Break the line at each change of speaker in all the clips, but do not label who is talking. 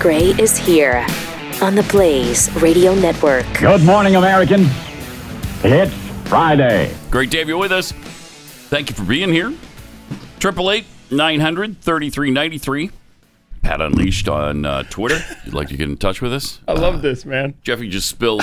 Gray is here on the Blaze Radio Network.
Good morning, American. It's Friday.
Great to have you with us. Thank you for being here. 888-900-3393. Pat Unleashed on uh, Twitter. You'd like to get in touch with us.
I love this, man.
Jeffy just spilled,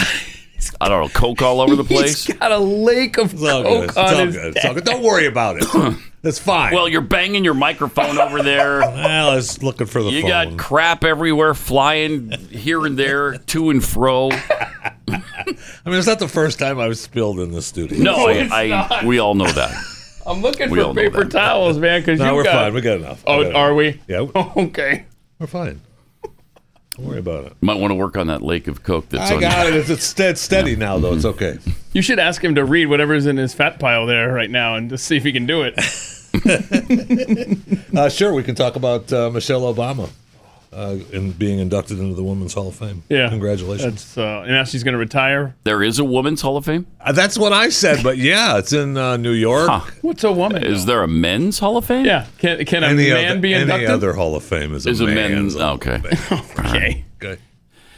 I don't know, Coke all over the place.
He's got a lake of
It's all
coke
good. It's
on
all
his
good. It's
desk.
all good. Don't worry about it. That's fine.
Well, you're banging your microphone over there.
well, I was looking for the
You
phone.
got crap everywhere flying here and there, to and fro.
I mean, it's not the first time I've spilled in the studio.
No, I,
it's
I, we all know that.
I'm looking
We all
for
know
paper
that.
towels, man, because
no,
you
we're
got.
fine. We got enough. We
Oh,
got enough.
are we?
Yeah, we-
Okay.
we're fine. Don't worry about it.
Might want to work on that lake of Coke that's
I
on
got it. It's, it's stead- steady now, though. It's okay.
You should ask him to read whatever's in his fat pile there right now and just see if he can do it.
Uh, sure, we can talk about uh, Michelle Obama uh, and being inducted into the Women's Hall of Fame.
Yeah.
Congratulations.
That's uh, and now she's going to retire.
There is a Women's Hall of Fame?
Uh, That's what I said, but yeah, it's in uh, New York.
Huh.
What's a woman?
Is there a Men's Hall of Fame?
yeah. Can, can a
Any,
man
other,
be
any
inducted?
other Hall of Fame is a
Is a men's-
man's Hall of
okay.
Fame.
Okay.
okay.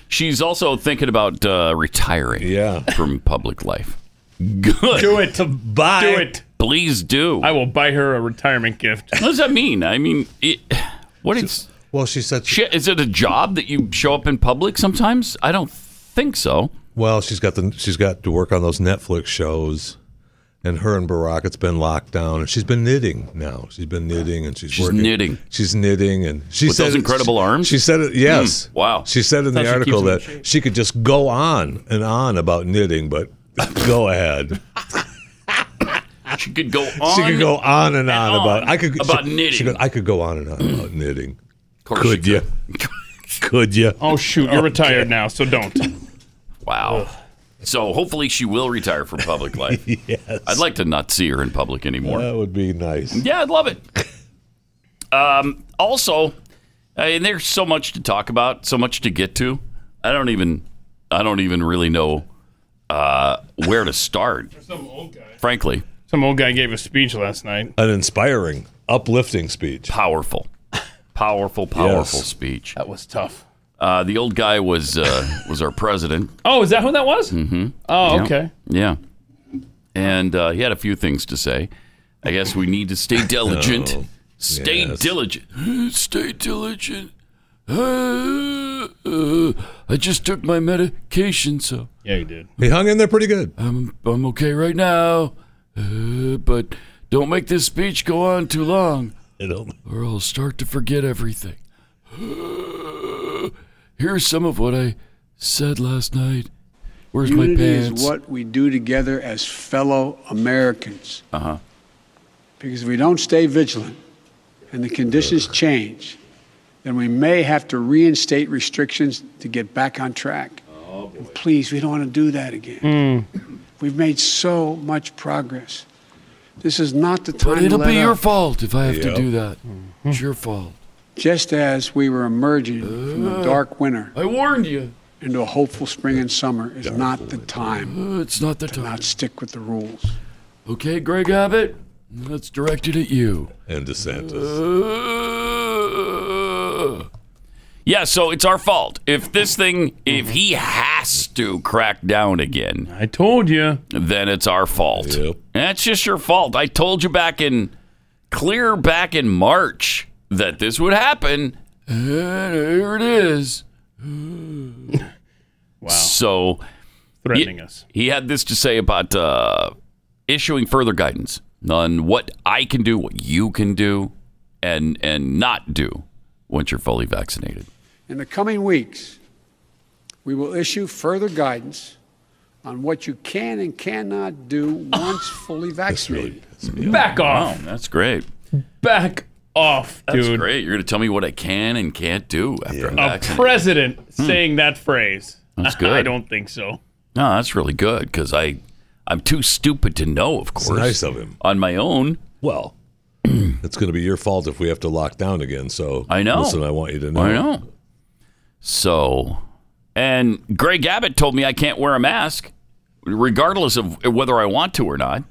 She's also thinking about uh, retiring
Yeah.
from public life. Good.
Do it.
To buy
Do it.
Please do.
I will buy her a retirement gift.
what does that mean? I mean, it, what is
Well, she said. She,
shit? Is it a job that you show up in public sometimes? I don't think so.
well, she's got the she's got to work on those Netflix shows, and her and Barack, it's been locked down, and she's been knitting now. She's been knitting, and she's
She's
working.
knitting.
She's knitting, and she
With
said
those incredible
she-
arms?
She said it. Yes.
Mm, wow.
She said in the
That's how she keeps
article
them in
that she could just go on and on about knitting, but go ahead.
She could go on.
She could go on and on,
on
about I could
about
she, she
knitting.
goes, I could go on and on about knitting.
Of course she
Could you? Could you?
Oh, shoot. You're retired now, so don't.
Wow. So hopefully she will retire from public life. yes. I'd like to not see her in public anymore.
That would be nice.
Yeah, I'd love it. Um, also, I mean, there's so much to talk about, so much to get to. I don't even, I don't even really know uh, where to start.
Some old guy.
Frankly,
Some old guy gave a speech last night.
An inspiring, uplifting speech.
powerful, powerful, powerful
Yes.
speech.
That was tough.
Uh, the old guy was uh, was our president.
Oh, is that who that was? Mm-hmm. Oh, okay.
Yeah, and uh, he had a few things to say. I guess we need to stay diligent.
Oh,
stay
yes.
diligent. Stay diligent. Uh, uh, I just took my medication, so
Yeah, you did.
He hung in there pretty good.
I'm I'm okay right now. Uh, but don't make this speech go on too long, or I'll start to forget everything. Uh, here's some of what I said last night. Where's my
Unity
pants?
is what we do together as fellow Americans. Uh-huh. Because if we don't stay vigilant and the conditions change, then we may have to reinstate restrictions to get back on track.
Oh,
and please, we don't want to do that again. We've made so much progress. This is not the time
But it'll
to let
be your
up.
fault if I have to
Yep.
do that. It's your fault.
Just as we were emerging from a dark winter
I warned you.
into a hopeful spring and summer, is not the time
Uh, it's not the
to
time.
not stick with the rules.
Okay, Greg Abbott, that's directed at you.
And DeSantis.
Yeah, so it's our fault. If this thing, if he has to crack down again,
I told you.
then it's our fault.
Yep.
That's just your fault. I told you back in, clear back in March that this would happen. And here it is.
Wow.
So
Threatening
Ye-
us.
He had this to say about uh, issuing further guidance on what I can do, what you can do, and and not do once you're fully vaccinated.
In the coming weeks, we will issue further guidance on what you can and cannot do once fully vaccinated.
Back off.
Oh, that's great.
Back off,
That's
dude.
great. You're going to tell me what I can and can't do after I'm
A
vaccinated.
president saying that phrase.
Hmm. That's good.
I don't think so.
no, that's really good because I I'm too stupid to know, of course.
nice of him.
On my own,
Well, it's going to be your fault if we have to lock down again. So
I know.
Listen, I want you to know.
I know. So, and Greg Abbott told me I can't wear a mask, regardless of whether I want to or not.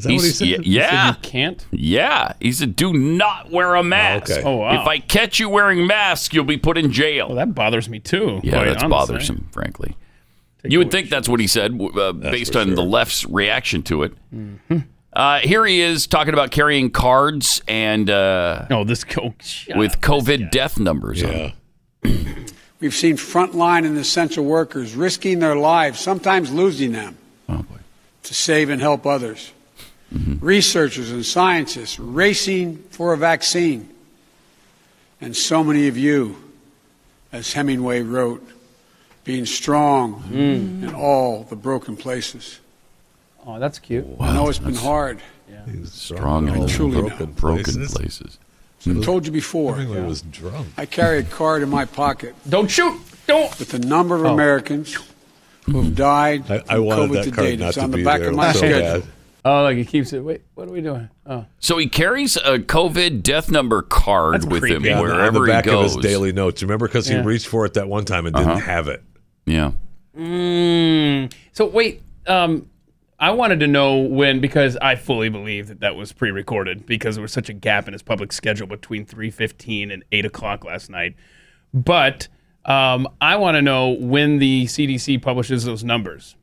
Is that what he said?
yeah, yeah,
You can't.
yeah. He said, "Do not wear a mask.
okay. Oh,
wow.
If I catch you wearing masks, you'll be put in jail."
Well, that bothers me too.
yeah,
quite
that's
honestly.
bothersome, frankly. you would think that's what he said w- uh, based on the left's reaction to it.
Mm-hmm.
Uh, here he is talking about carrying cards and uh,
No, Oh, this go shut
with
up.
COVID death numbers. on
Yeah.
We've seen frontline and essential workers risking their lives, sometimes losing them,
Oh boy.
to save and help others. Researchers and scientists racing for a vaccine. And so many of you, as Hemingway wrote, being strong in all the broken places.
Oh, Hmm. that's cute.
I know it's been hard.
He's
Strong and
Truly now.
broken,
broken
places.
places.
I told you before,
Hemingway was drunk.
I carry a card in my pocket
Don't shoot. Don't.
with the number
Oh.
of Americans who have died
I, I
from
wanted
COVID
that
to
card
date.
not
It's
to
on
be
the back
there
of my
so
schedule.
bad.
Oh, like he keeps it. Wait, what are we doing? Oh,
So he carries a COVID death number card
That's
with
creepy.
him
Yeah, on the-
wherever
on the back
he goes. Uh-huh.
of his daily notes. You remember because
Yeah.
he reached for it that one time and didn't have it.
Yeah.
Mm. So wait, um, I wanted to know when because I fully believe that that was pre-recorded because there was such a gap in his public schedule between three fifteen and eight o'clock last night. But um, I want to know when the CDC publishes those numbers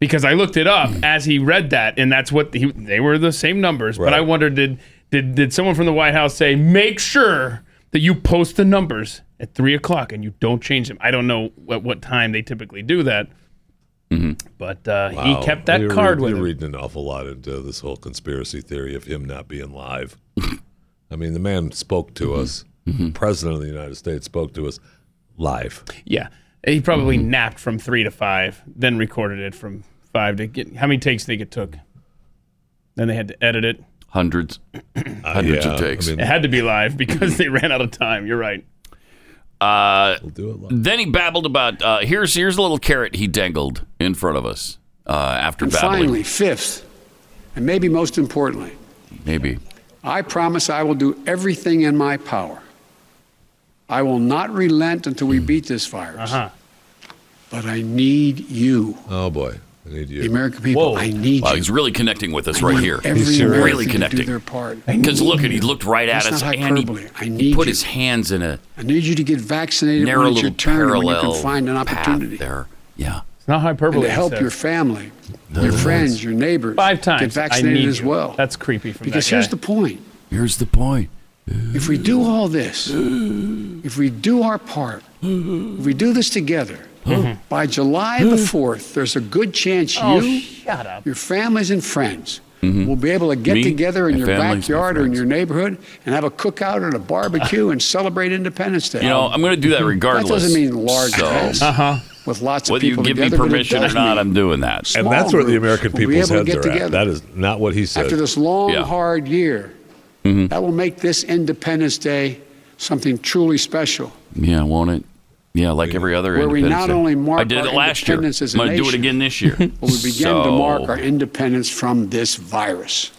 because I looked it up as he read that, and that's what he, they were the same numbers. But
Right.
I wondered did did did someone from the White House say make sure that you post the numbers at three o'clock and you don't change them? I don't know at what time they typically do that. But uh,
Wow.
he kept that
You're
card
reading-
with
You're
him.
reading an awful lot into this whole conspiracy theory of him not being live. I mean, the man spoke
Mm-hmm.
to us. President of the United States spoke to us live.
Yeah, he probably
Mm-hmm.
napped from three to five, then recorded it from five to get. How many takes think it took? Then they had to edit it.
Hundreds.
Uh,
Hundreds of takes.
I mean,
It had to be live because they ran out of time. You're right.
Uh,
we'll do it live.
then he babbled about uh, here's here's a little carrot he dangled in front of us uh, after
And
babbling.
finally, fifth, and maybe most importantly,
Maybe.
I promise I will do everything in my power. I will not relent until we beat this virus.
Uh-huh.
But I need you,
Oh boy, I need
the
you.
American people. I need
Wow,
you.
he's really connecting with us
I
right
need
here.
Every
He's serious.
American
Really
To
connecting.
do their part.
Because look at he looked right at
That's
us
not
and
hyperbole.
he,
I
he
need
put
you.
his hands in a
I need you to get vaccinated
narrow
when it's your
little
turn and when you
parallel
can find an
path
opportunity.
there. Yeah.
It's not
And
hyperbole.
to help
he said.
your family, your friends, your neighbors.
five times.
Get
I
vaccinated
need
as
you.
well.
That's creepy from
because
that guy.
here's the point.
Here's the point.
If we do all this, if we do our part, if we do this together, by July the 4th, there's a good chance
oh,
you,
shut up.
your families, and friends will be able to get
Mm-hmm. Me,
together in
my
your
families, my
backyard or in
friends.
your neighborhood and have a cookout and a barbecue and celebrate Independence Day.
You know, I'm going to do that
that
regardless.
doesn't mean large
So,
events
Uh-huh.
with lots of
whether you
people
give me
together, but it
permission or
does
not,
mean
I'm doing that.
And
small
that's where the
groups
American
will be
people's
able to
heads
get
are
together.
at. That is not what he said.
after this long,
Yeah. Mm-hmm.
hard year, that will make this Independence Day something truly special.
Yeah, won't it? Yeah, like every other.
Where we
Independence
not
Day.
only mark
I did
our
it last year. I'm
independence as a
going to do it
nation,
again this year.
But we begin to mark our independence from this virus.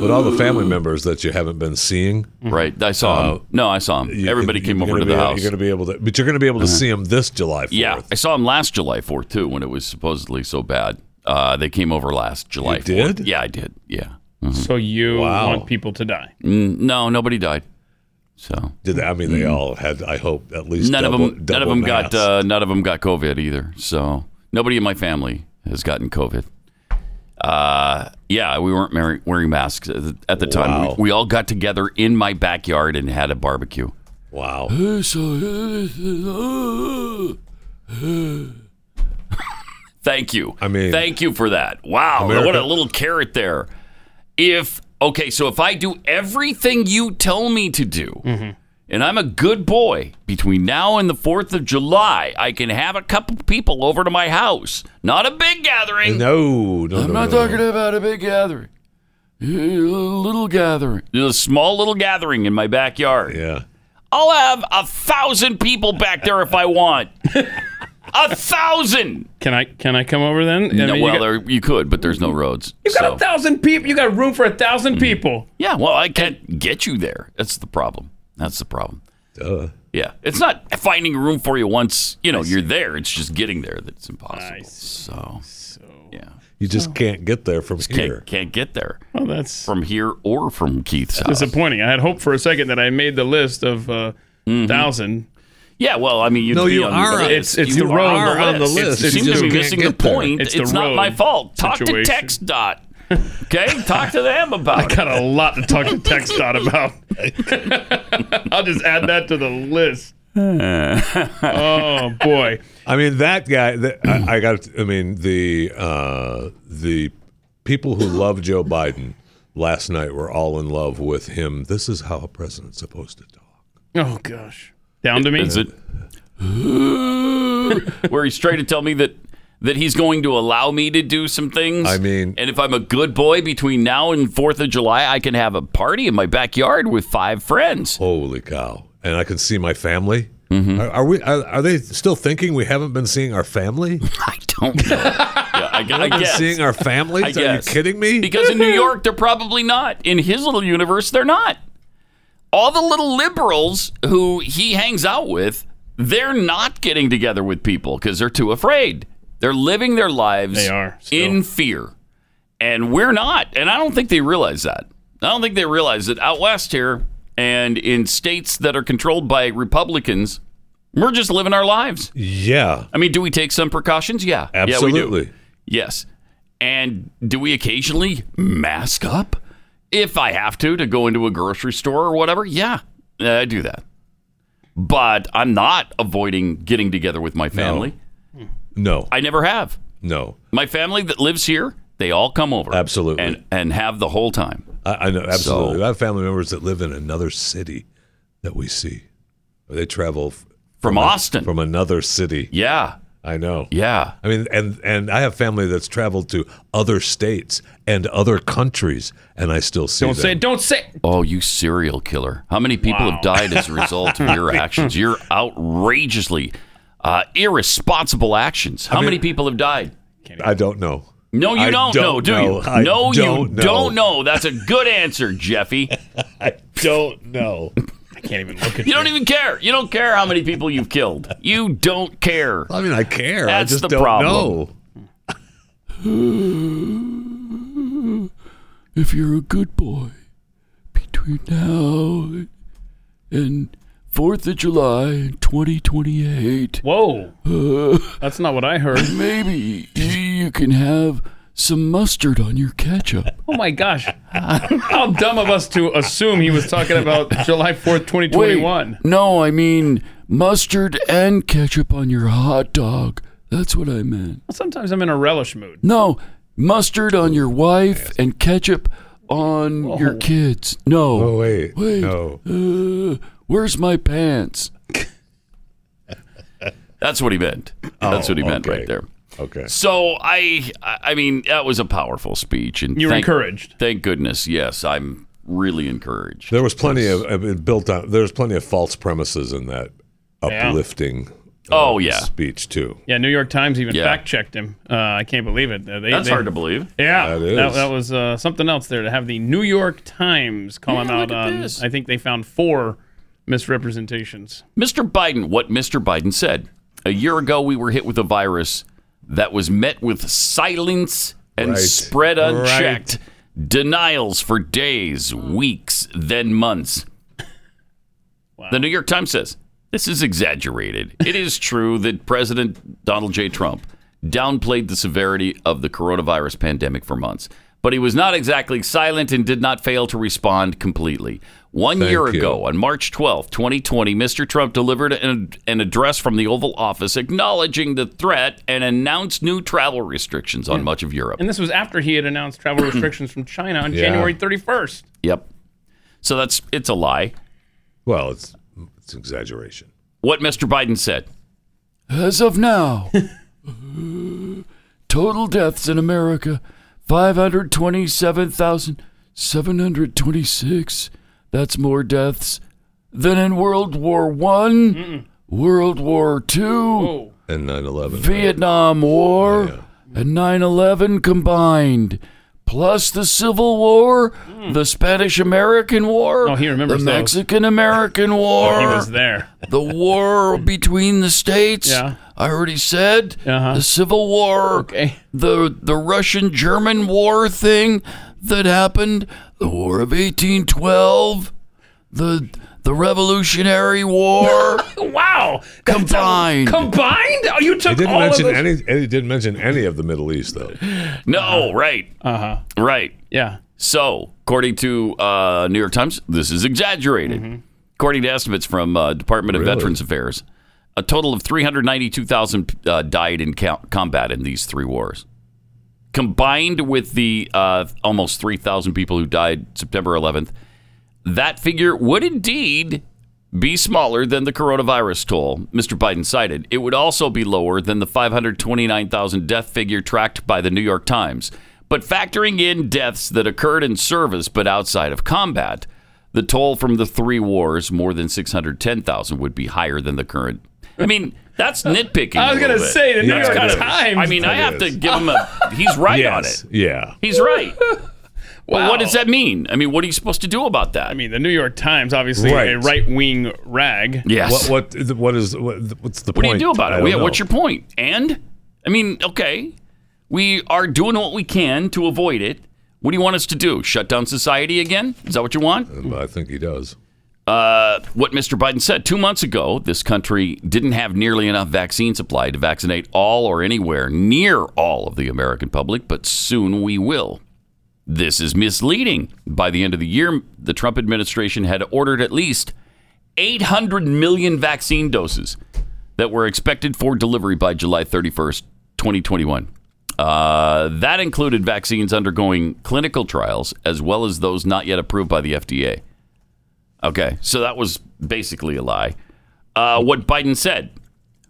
But all the family members that you haven't been seeing,
right. I saw
Uh,
him. No, I saw him.
you
Everybody
can-
came
you're
over to
gonna
the
be-
house. Uh-huh.
You're going to be able to, but you're going to be able to see him this July 4th.
Yeah, I saw him last July 4th too, when it was supposedly so bad. Uh, they came over last July.
You
4th.
did?
Yeah, I did. Yeah.
So you
Wow.
want people to die?
Mm, no, nobody died. So
Did they, I mean, they all had, I hope, at least
Mm-hmm. none
double,
of them, none of them got, uh, none of them got COVID either. So nobody in my family has gotten COVID. Uh, yeah, we weren't mar- wearing masks at the- at the time.
Wow.
We, we all got together in my backyard and had a barbecue.
wow.
uh, Thank you.
I mean-
thank you for that. Wow, what
America-
a little carrot there. If okay, so if I do everything you tell me to do,
Mm-hmm.
and I'm a good boy between now and the Fourth of July, I can have a couple people over to my house. Not a big gathering.
No, no,
I'm not
no,
Uh.
no, no.
talking about a big gathering. A little gathering, a small little gathering in my backyard.
Yeah.
I'll have a thousand people back there if I want. a thousand.
Can I can I come over then? I mean,
No,
you
well,
got-
there, you could, but there's no roads.
You got
so. Mm.
a thousand people. You got room for a thousand people.
yeah, well, I can't get you there. That's the problem. That's the problem.
Duh.
Yeah, it's not finding room for you once you know you're there. It's just getting there that's impossible. So, yeah,
You just can't get there from here.
Can't, can't get there
Well, that's
from here or from Keith's house.
disappointing. I had hope for a second that I made the list of uh,
Mm-hmm.
thousand.
Yeah, well, I mean, you'd
No,
be
you
on
are
the
on-
list.
it's
you
the road
are
on the list.
It
It's
seems
just
to be
can't
missing the
get there.
point. It's,
It's the
not
road
my fault. Talk to
situation.
text dot. Okay, talk to them about it.
Got a lot to talk to text dot about. I'll just add that to the list. oh boy.
I mean, that guy. That, I, I got. I mean, the uh, the people who love Joe Biden last night were all in love with him. This is how a president's supposed to talk.
Oh gosh. Down to me.
Is it? Where he's trying to tell me that that he's going to allow me to do some things.
I mean-
and if I'm a good boy between now and Fourth of July, I can have a party in my backyard with five friends.
Holy cow! And I can see my family.
Mm-hmm.
Are, are we? Are, are they still thinking we haven't been seeing our family?
I don't know. Yeah, I, I
Been
guess.
seeing our
I
families? Are you
guess.
kidding me?
Because in New York, they're probably not. In his little universe, they're not. All the little liberals who he hangs out with, they're not getting together with people because they're too afraid. They're living their lives
They are, still.
in fear. And we're not. And I don't think they realize that. I don't think they realize that out west here and in states that are controlled by Republicans, we're just living our lives.
yeah,
I mean, do we take some precautions? Yeah. Yeah, we do.
absolutely.
Yes. And do we occasionally mask up if I have to to go into a grocery store or whatever? Yeah, I do that. But I'm not avoiding getting together with my family.
No,
I never have.
no,
My family that lives here, they all come over.
Absolutely.
And and have the whole time.
I, I know absolutely. I have family members that live in another city that we see. They travel f-
From Austin.
from another city.
yeah.
I know.
Yeah.
I mean, and and I have family that's traveled to other states and other countries, and I still see.
Don't
them.
say it. Don't say it.
Oh, you serial killer. How many people have died as a result of your actions? Your outrageously uh, irresponsible actions. How many people have died?
I don't know.
No, you
I
don't, know,
don't
do
know.
you?
I
no,
don't
you
know.
don't know. That's a good answer, Jeffy.
I don't know.
I can't even look at
You don't even care. You don't care how many people you've killed. You don't care.
I mean, I care.
That's
I just
the
don't
problem.
know.
If you're a good boy, between now and 4th of July 2028,
Whoa. That's not what I heard.
maybe you can have some mustard on your ketchup.
Oh my gosh. How dumb of us to assume he was talking about July 4th, 2021.
Wait, no, I mean mustard and ketchup on your hot dog. That's what I meant.
Sometimes I'm in a relish mood.
No, mustard on your wife and ketchup on your kids. No.
Oh wait,
Wait.
no.
Uh, where's my pants? That's what he meant. That's what he meant
okay.
right there.
Okay.
So I, I I mean, that was a powerful speech, and
You were
thank-
encouraged.
Thank goodness. Yes, I'm really encouraged.
There was plenty of I mean, built on. There's plenty of false premises in that uplifting. uh,
Oh, yeah.
speech too.
Yeah, New York Times even
Yeah.
fact checked him. Uh, I can't believe it. Uh, They,
That's
they-
hard to believe.
Yeah,
That
that,
is.
that was uh, something else there to have the New York Times call him
Yeah,
out
look at
on.
this.
I think they found four misrepresentations.
Mr. Biden, what Mr. Biden said. A year ago, we were hit with a virus that was met with silence and
Right.
spread unchecked. Denials for days, weeks, then months. The New York Times says this is exaggerated. It is true that President Donald J. Trump downplayed the severity of the coronavirus pandemic for months, but he was not exactly silent and did not fail to respond completely. One year
you.
ago, on March 12, 2020, Mr. Trump delivered an, an address from the Oval Office acknowledging the threat and announced new travel restrictions on much of Europe.
And this was after he had announced travel restrictions from China on January 31st.
Yep. So that's it's a lie.
Well, it's it's exaggeration.
what Mr. Biden said. As of now, total deaths in America 527,726. That's more deaths than in World War One, World War Two,
Oh,
And 9/11.
Vietnam War, and 9 11 combined. plus the Civil War, the Spanish American War,
Oh, Hmm. he remembers
the
those.
Mexican American War.
He was there.
the war between the states.
Yeah.
I already said
Uh-huh.
the Civil War,
Okay.
the the Russian German War thing that happened, the War of 1812, the the Revolutionary War.
Wow. That's-
Combined.
Combined? Oh, you
He
took
didn't
all of
mention
those.
any. He didn't mention any of the Middle East though.
no, right,
uh huh.
right.
Yeah.
So, according to uh, New York Times, this is exaggerated. According to estimates from uh, Department of Veterans Affairs, a total of 392,000 uh, died in co- combat in these three wars. Combined with the uh, almost 3,000 people who died September 11th, that figure would indeed be smaller than the coronavirus toll Mr. Biden cited. It would also be lower than the 529,000 death figure tracked by the New York Times. But factoring in deaths that occurred in service but outside of combat, the toll from the three wars, more than 610,000, would be higher than the current. I mean, that's nitpicking.
I was
a
going to
little bit.
say, the New
Yeah,
York
it is.
Times.
I mean, I
It
have to
is.
give him a. He's right on it.
Yeah.
He's right. But
Wow.
what does that mean? I mean, what are you supposed to do about that?
I mean, the New York Times, obviously a
Right.
right wing rag.
yes.
What what what is what, what's the
What
point?
do you do about
I
it?
don't
Yeah, what's
know.
your point? And I mean, okay, we are doing what we can to avoid it. What do you want us to do? Shut down society again? Is that what you want?
But I think he does.
Uh, what Mr. Biden said two months ago, this country didn't have nearly enough vaccine supply to vaccinate all or anywhere near all of the American public, but soon we will. This is misleading. By the end of the year, the Trump administration had ordered at least 800 million vaccine doses that were expected for delivery by July 31st, 2021. Uh, that included vaccines undergoing clinical trials as well as those not yet approved by the FDA. Okay, so that was basically a lie. Uh, what Biden said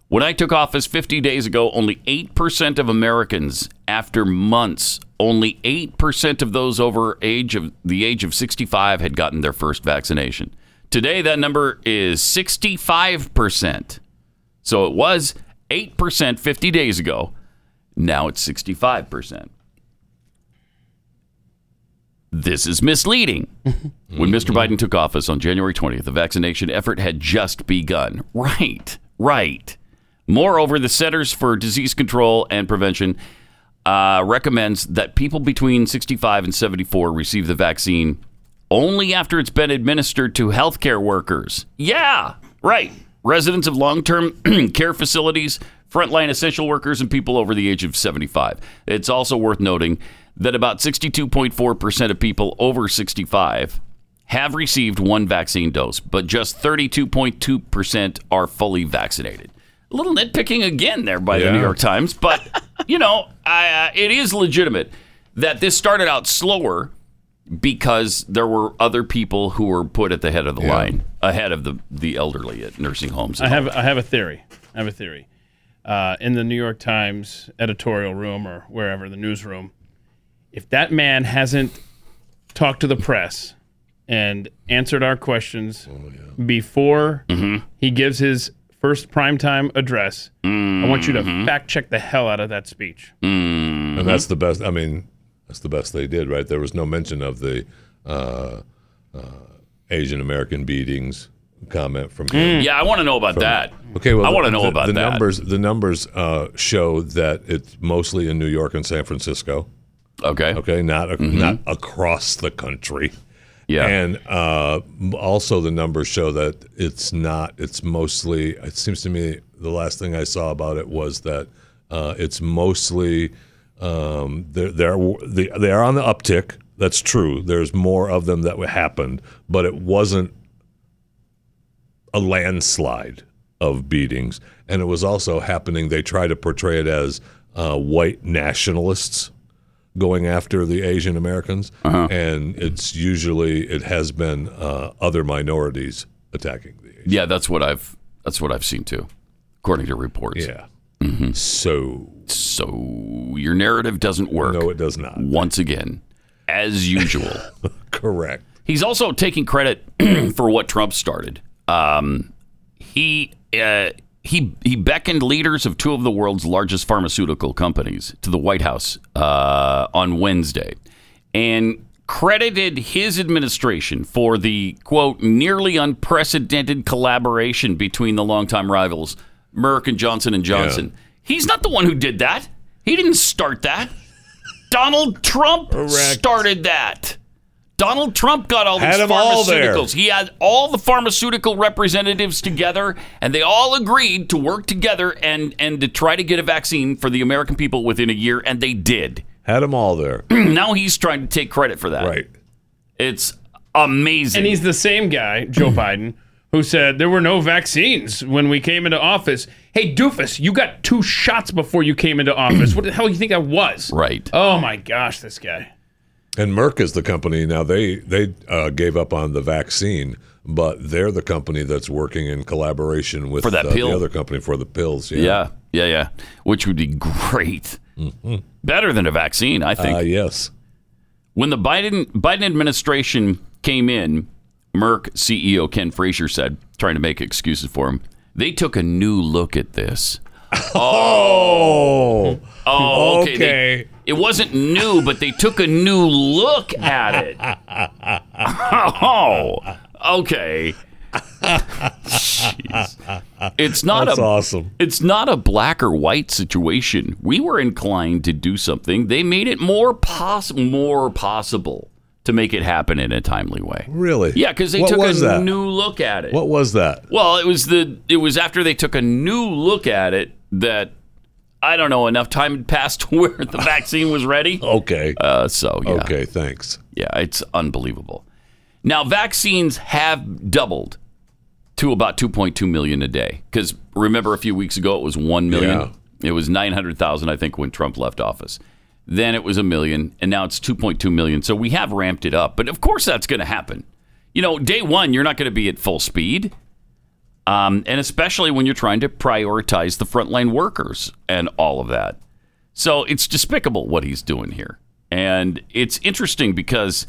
when I took office 50 days ago, only 8% of Americans after months, only 8% of those over age of the age of 65 had gotten their first vaccination. Today that number is 65%. So it was 8% 50 days ago. Now it's 65%. This is misleading. When Mr. Biden took office on January 20th, the vaccination effort had just begun. Right, right. Moreover, the Centers for Disease Control and Prevention uh, recommends that people between 65 and 74 receive the vaccine only after it's been administered to healthcare workers. Yeah, right. Residents of long term care facilities, frontline essential workers, and people over the age of 75. It's also worth noting that about 62.4% of people over 65 have received one vaccine dose, but just 32.2% are fully vaccinated. A little nitpicking again there by the
Yeah.
New York Times, but you know, I, uh, it is legitimate that this started out slower because there were other people who were put at the head of the line, ahead of the, the elderly at nursing homes.
I have I have a theory. I have a theory. Uh, in the New York Times editorial room or wherever the newsroom, if that man hasn't talked to the press and answered our questions before he gives his first primetime address, I want you to fact check the hell out of that speech.
Mm-hmm.
And that's the best. I mean, that's the best they did, right? There was no mention of the uh, uh, Asian American beatings comment from him.
Mm. yeah, I want to know about that.
Okay, well,
I
the-
want to know
the-
about
the
that.
numbers. The numbers uh, show that it's mostly in New York and San Francisco.
Okay.
Okay, not a,
Mm-hmm.
not across the country.
Yeah.
And uh, m- also, the numbers show that it's not. It's mostly. It seems to me the last thing I saw about it was that uh, it's mostly um, they're, they're they they are on the uptick. That's true. There's more of them that happened, but it wasn't a landslide of beatings, and it was also happening. They try to portray it as uh, white nationalists going after the Asian Americans,
Uh-huh.
and it's usually it has been uh, other minorities attacking the Asian.
yeah, that's what I've that's what I've seen too, according to reports.
Yeah.
Mm-hmm.
So
So your narrative doesn't work
no, it does not.
once again, as usual.
Correct.
He's also taking credit for what Trump started. Um, he uh, he he beckoned leaders of two of the world's largest pharmaceutical companies to the White House uh, on Wednesday. and credited his administration for the quote nearly unprecedented collaboration between the longtime rivals Merck and Johnson and Johnson. He's not the one who did that. He didn't start that. Donald Trump started that. Donald Trump got all these
Had 'em all there.
pharmaceuticals. He had all the pharmaceutical representatives together, and they all agreed to work together and and to try to get a vaccine for the American people within a year, and they did.
Had them all there.
now he's trying to take credit for that.
Right.
It's amazing.
And he's the same guy, Joe Biden, who said there were no vaccines when we came into office. Hey, doofus, you got two shots before you came into office. what the hell do you think I was?
right.
Oh my gosh, this guy.
And Merck is the company now. They they uh, gave up on the vaccine, but they're the company that's working in collaboration with
For that
uh,
pill.
the other company for the pills.
yeah. Yeah. Yeah. Which would be great. Better than a vaccine, I think.
Mm-hmm. Uh, yes.
when the Biden Biden administration came in, Merck CEO Ken Frazier said, trying to make excuses for him, they took a new look at this.
Oh.
Oh, okay. they- it wasn't new, but they took a new look at it. Oh, okay. Jeez. It's not
That's
a
awesome.
it's not a black or white situation. We were inclined to do something. They made it more poss- more possible to make it happen in a timely way.
Really?
Yeah, because they
What
took
was
a
that?
new look at it.
What was that?
Well, it was the it was after they took a new look at it that I don't know enough time had passed to where the vaccine was ready.
Oh. Okay.
Uh, so yeah,
Okay. Thanks.
yeah, it's unbelievable. Now vaccines have doubled to about 2.2 million a day because remember a few weeks ago it was 1 million.
Yeah.
It was 900,000 I think when Trump left office. Then it was a million and now it's 2.2 million. So we have ramped it up. But of course that's going to happen. You know, day 1 you're not going to be at full speed. Um, and especially when you're trying to prioritize the frontline workers and all of that. So it's despicable what he's doing here. And it's interesting because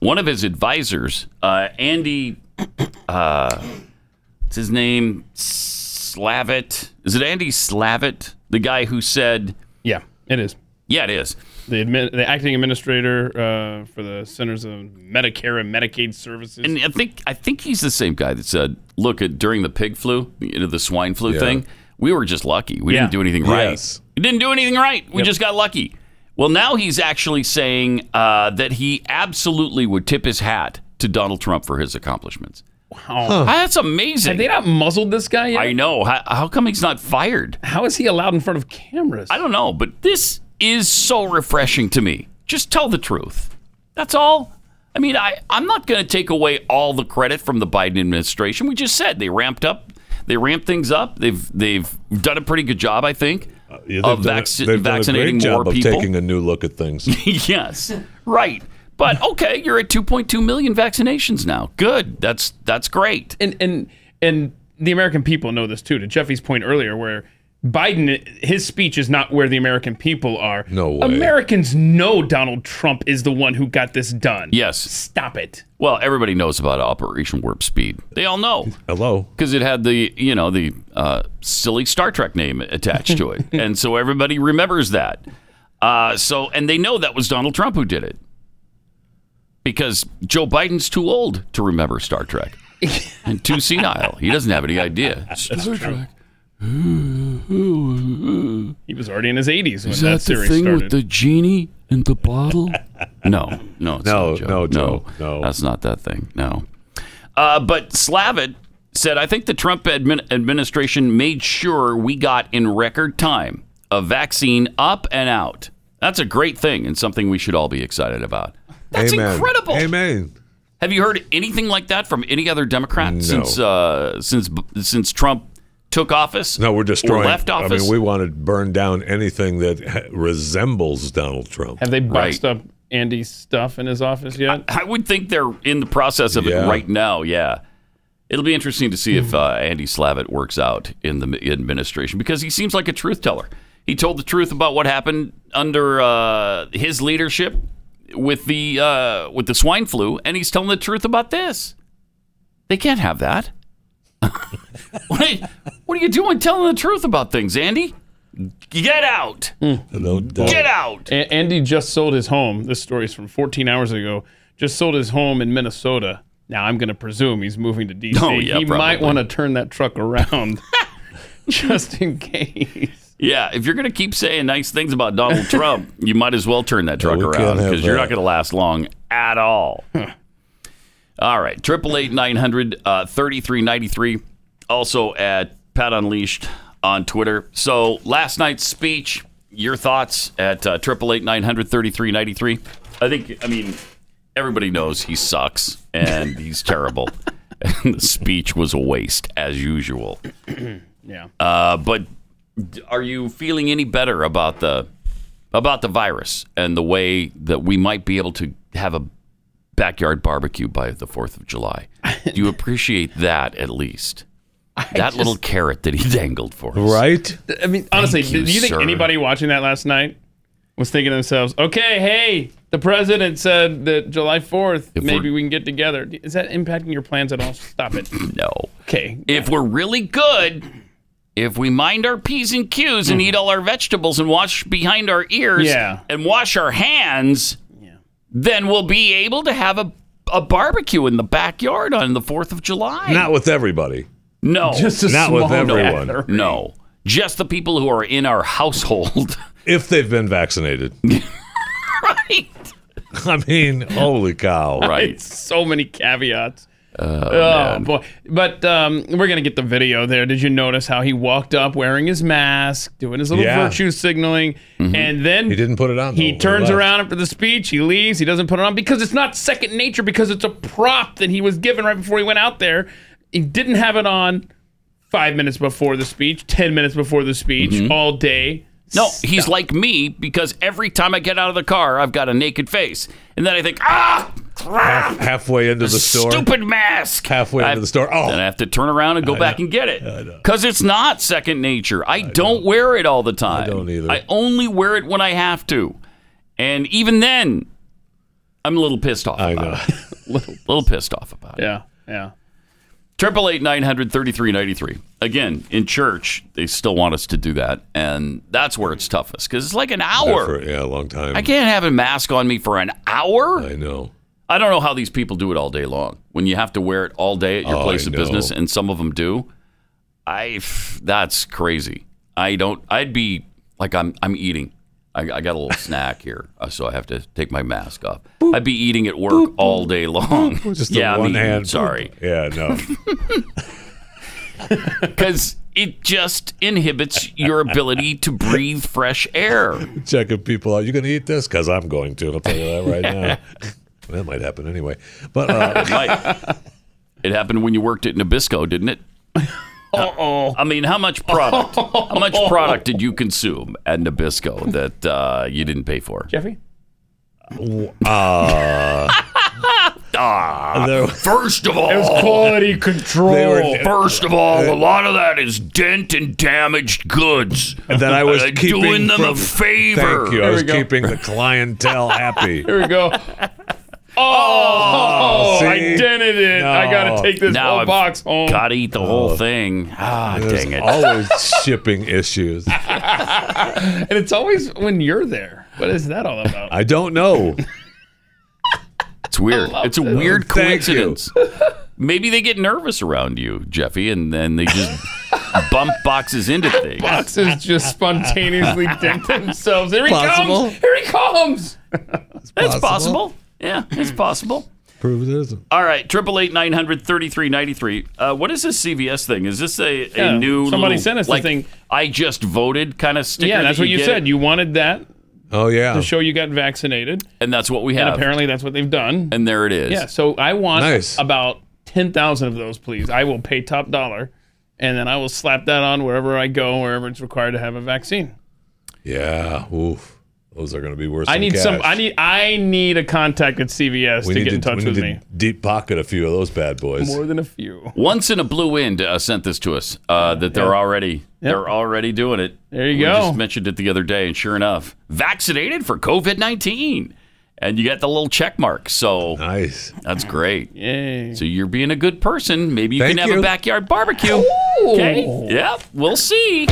one of his advisors, uh, Andy, uh, what's his name? Slavitt. Is it Andy Slavitt? The guy who said,
Yeah, it is.
yeah, it is.
The, admin, the acting administrator uh, for the Centers of Medicare and Medicaid Services.
And I think I think he's the same guy that said, look, at, during the pig flu, you know, the swine flu thing, we were just lucky. We
Yeah.
didn't do anything right.
Yes.
We didn't do anything right. We just got lucky. Well, now he's actually saying uh, that he absolutely would tip his hat to Donald Trump for his accomplishments. Wow, that's amazing.
Have they not muzzled this guy yet?
I know. How, how come he's not fired?
How is he allowed in front of cameras?
I don't know, but this is so refreshing to me. Just tell the truth. That's all. I mean, I, I'm not going to take away all the credit from the Biden administration. We just said they ramped up, they ramped things up. They've they've done a pretty good job, I think,
Uh, Yeah, they've
of
done a-
vac-
they've done a
vaccinating
great
more
job
people.
Of taking a new look at things.
yes, right. But okay, you're at 2.2 million vaccinations now. Good. That's that's great.
and and and the American people know this too. To Jeffy's point earlier, where Biden, his speech is not where the American people are.
No way.
Americans know Donald Trump is the one who got this done.
Yes.
Stop it.
Well, everybody knows about Operation Warp Speed. They all know.
Hello.
because it had the you know the uh, silly Star Trek name attached to it, and so everybody remembers that. Uh, so and they know that was Donald Trump who did it because Joe Biden's too old to remember Star Trek and too senile. He doesn't have any idea.
He was already in his 80s when
Is
that,
that the
series
thing
started.
with the genie and the bottle?
No, no, it's
No,
not Joe.
no, Joe,
no,
no.
that's not that thing. No. Uh, but Slavitt said, I think the Trump admin- administration made sure we got in record time a vaccine up and out. That's a great thing and something we should all be excited about. That's
Amen.
incredible.
Amen.
Have you heard anything like that from any other Democrat
No.
since uh, since since Trump took office?
No, we're destroying.
Or left office.
I mean, we want to burn down anything that ha- resembles Donald Trump.
Have they boxed
Right.
up Andy's stuff in his office yet?
I would think they're in the process of it
Yeah.
right now. Yeah, it'll be interesting to see if uh, Andy Slavitt works out in the administration because he seems like a truth teller. He told the truth about what happened under uh, his leadership with the uh, with the swine flu, and he's telling the truth about this. They can't have that. what, are you, what are you doing telling the truth about things, Andy? Get out. Get out.
A- Andy just sold his home. This story is from 14 hours ago. Just sold his home in Minnesota. Now I'm going to presume he's moving to DC.
Oh, yeah,
he might
probably.
want to turn that truck around just in case.
Yeah, if you're going to keep saying nice things about Donald Trump, you might as well turn that truck
we
around
can't have
because you're not
that.
going to last long at all. all right, triple eight nine hundred thirty three ninety three. Also at Pat Unleashed on Twitter. So last night's speech, your thoughts at uh, triple eight nine hundred thirty three ninety three. I think I mean everybody knows he sucks and he's terrible. and the speech was a waste as usual.
Yeah.
Uh, but d- are you feeling any better about the about the virus and the way that we might be able to have a backyard barbecue by the Fourth of July? Do you appreciate that at least? that little carrot that he dangled for us.
Right?
I mean, honestly,
Thank you,
do you think
sir.
anybody watching that last night was thinking to themselves, okay, hey, the president said that July 4th,
If
maybe
we're-
we can get together. Is that impacting your plans at all? Stop it.
No.
Okay.
If we're really good, if we mind our p's and q's and eat all our vegetables and wash behind our ears
Yeah.
and wash our hands, then we'll be able to have a, a barbecue in the backyard on the 4th of July.
Not with everybody.
no.
Just a
Not with
small
everyone.
gathering.
no. Just the people who are in our household.
If they've been vaccinated.
right.
I mean, holy cow.
Right.
It's so many caveats. oh boy! But um, we're gonna get the video there. Did you notice how he walked up wearing his mask, doing his little
Yeah. Mm-hmm.
virtue signaling, and then
He didn't put it on. though,
He
when
turns
left.
around after the speech. He leaves. He doesn't put it on because it's not second nature. Because it's a prop that he was given right before he went out there. He didn't have it on five minutes before the speech, ten minutes before the speech,
Mm-hmm.
all day.
No, he's like me because every time I get out of the car, I've got a naked face. And then I think, ah, crap.
Halfway into the store.
Stupid mask.
Halfway into
I-
the store. Oh.
Then I have to turn around and go back and get it. Because it's not second nature. I, don't wear it all the time. I
don't either.
I only wear it when I have to. And even then, I'm a little pissed off
I
about
know.
it. little pissed off about it.
Yeah, yeah.
Triple eight nine hundred thirty three ninety three. Again, in church, they still want us to do that, and that's where it's toughest because it's like an hour.
For, yeah, a long time.
I can't have a mask on me for an hour.
I know.
I don't know how these people do it all day long. When you have to wear it all day at your
Oh,
place
I
of
know.
business, and some of them do. I that's crazy. I don't. I'd be like I'm. I'm eating. I, I got a little snack here, uh, so I have to take my mask off. I'd be eating at work all day long.
Just the
yeah, I'm
one
eating.
hand.
Sorry,
Yeah, no.
because it just inhibits your ability to breathe fresh air.
checking people out. You going to eat this? Because I'm going to. I'll tell you that right now. that might happen anyway. But uh,
Right. It happened when you worked at Nabisco, didn't it?
Oh.
Uh-oh.
I mean, how much product? How much product did you consume at Nabisco that uh, you didn't pay for?
Jeffy.
uh,
Ah.
there,
First of all,
Quality control.
Oh. they were,
first of all, a lot of that is dent and damaged goods.
that I was
Uh,
keeping
doing them a
from-
favor.
Thank you. I
Here
was
we go.
keeping the clientele happy.
Here we go. Oh,
see?
I dented it. I gotta take this
Now
whole
I've
box home.
Got to eat the
Uh,
whole thing. Ah,
There's
dang it.
always shipping issues.
And it's always when you're there. What is that all about?
I don't know.
It's weird. It's a weird
Thank you.
coincidence. Oh, Maybe they get nervous around you, Jeffy, and then they just bump boxes into things.
Boxes just spontaneously dent themselves. Here he
Possible.
comes. Here he comes.
That's possible. Uh, Yeah, it's possible.
Prove it isn't.
All right, triple eight nine hundred thirty three ninety three. What is this CVS thing? Is this a, a
Yeah,
new
somebody
little,
sent us the
like,
thing.
I just voted kind of sticker.
Yeah,
that
that's what you
get?
said. You wanted that
Oh yeah.
to show you got vaccinated,
and that's what we
and
have.
apparently that's what they've done.
and there it is.
yeah, so I want
Nice.
about 10,000 of those, please. I will pay top dollar, and then I will slap that on wherever I go, wherever it's required to have a vaccine.
Yeah. Oof. Those are going to be worse.
I
than
need some.
cash.
I need. I need a contact at CVS
We
to
need
get in touch
we
with
need
me.
to Deep pocket a few of those bad boys.
More than a few.
Once in a blue wind uh, sent this to us uh, that they're already they're already doing it.
There you
we
go.
Just mentioned it the other day, and sure enough, vaccinated for COVID nineteen, and you got the little check mark. So
Nice.
that's great.
Yay.
So you're being a good person. Maybe you
Thank
can have a
you.
backyard barbecue. Okay. Yep. We'll see.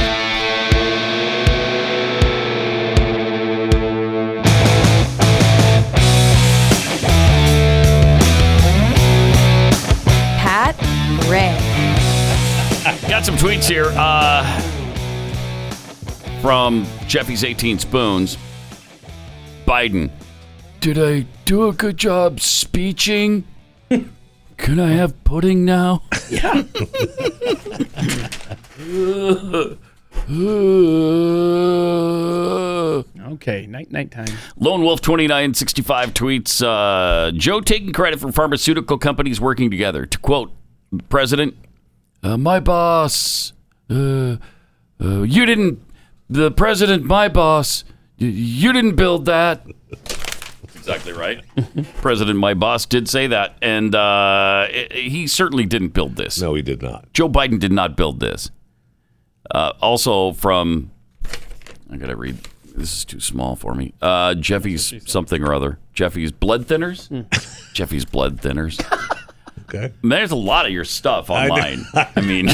Got some tweets here uh, from Jeffy's 18 Spoons. Biden. Did I do a good job speeching? Can I have pudding now? Yeah.
okay, night night time.
Lone Wolf 2965 tweets uh, Joe taking credit for pharmaceutical companies working together. To quote President, uh, my boss, uh, uh, you didn't, the president, my boss, y- you didn't build that. Exactly right. President, my boss, did say that, and uh, it- he certainly didn't build this. No,
he did not.
Joe Biden did not build this. Uh, also, from I gotta read. This is too small for me. Uh, Jeffy's something or other. Jeffy's blood thinners.
Hmm.
Jeffy's blood thinners.
okay.
There's a lot of your stuff
I know.
online. I, mean,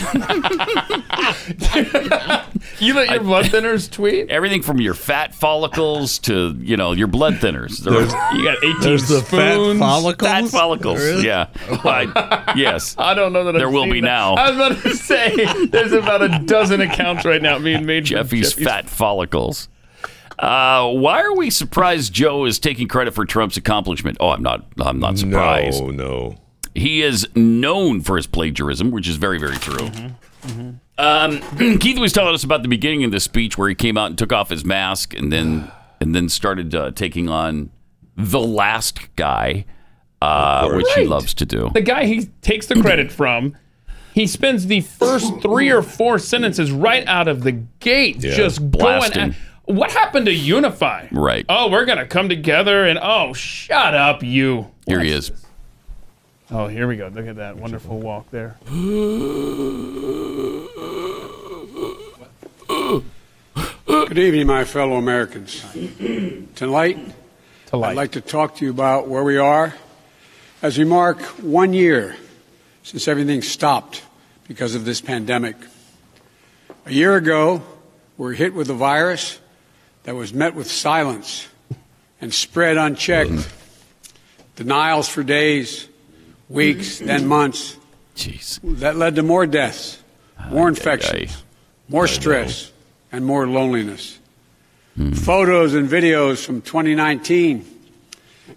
you let your blood thinners tweet
everything from your fat follicles to you know your blood thinners. There-
There's-
you got 18
there's the fat
spoons.
follicles?
Fat follicles.
There is?
Yeah.
Oh.
I- yes.
I don't know that
There
I've
will
seen
be
that.
now.
I was about to say there's about a dozen accounts right now being made. for
Jeffy's fat follicles. Uh, why are we surprised Joe is taking credit for Trump's accomplishment? Oh, I'm not. I'm not surprised.
No, no.
He is known for his plagiarism, which is very, very true. Um, Keith was telling us about the beginning of the speech where he came out and took off his mask, and then and then started uh, taking on the last guy, uh, which he
Right.
loves to do.
The guy he takes the credit from, he spends the first three or four sentences right out of the gate
Yeah,
just
blasting.
going. At, what happened to unify?
Right.
Oh, we're gonna come together and oh, shut up, you.
Here he is.
Oh, here we go. Look at that wonderful walk there.
Good evening, my fellow Americans. Tonight,
Tonight,
I'd like to talk to you about where we are as we mark one year since everything stopped because of this pandemic. A year ago, we were hit with a virus that was met with silence and spread unchecked. Denials for days, weeks, then months.
Jeez.
That led to more deaths, more infections, more stress, and more loneliness. Photos and videos from 2019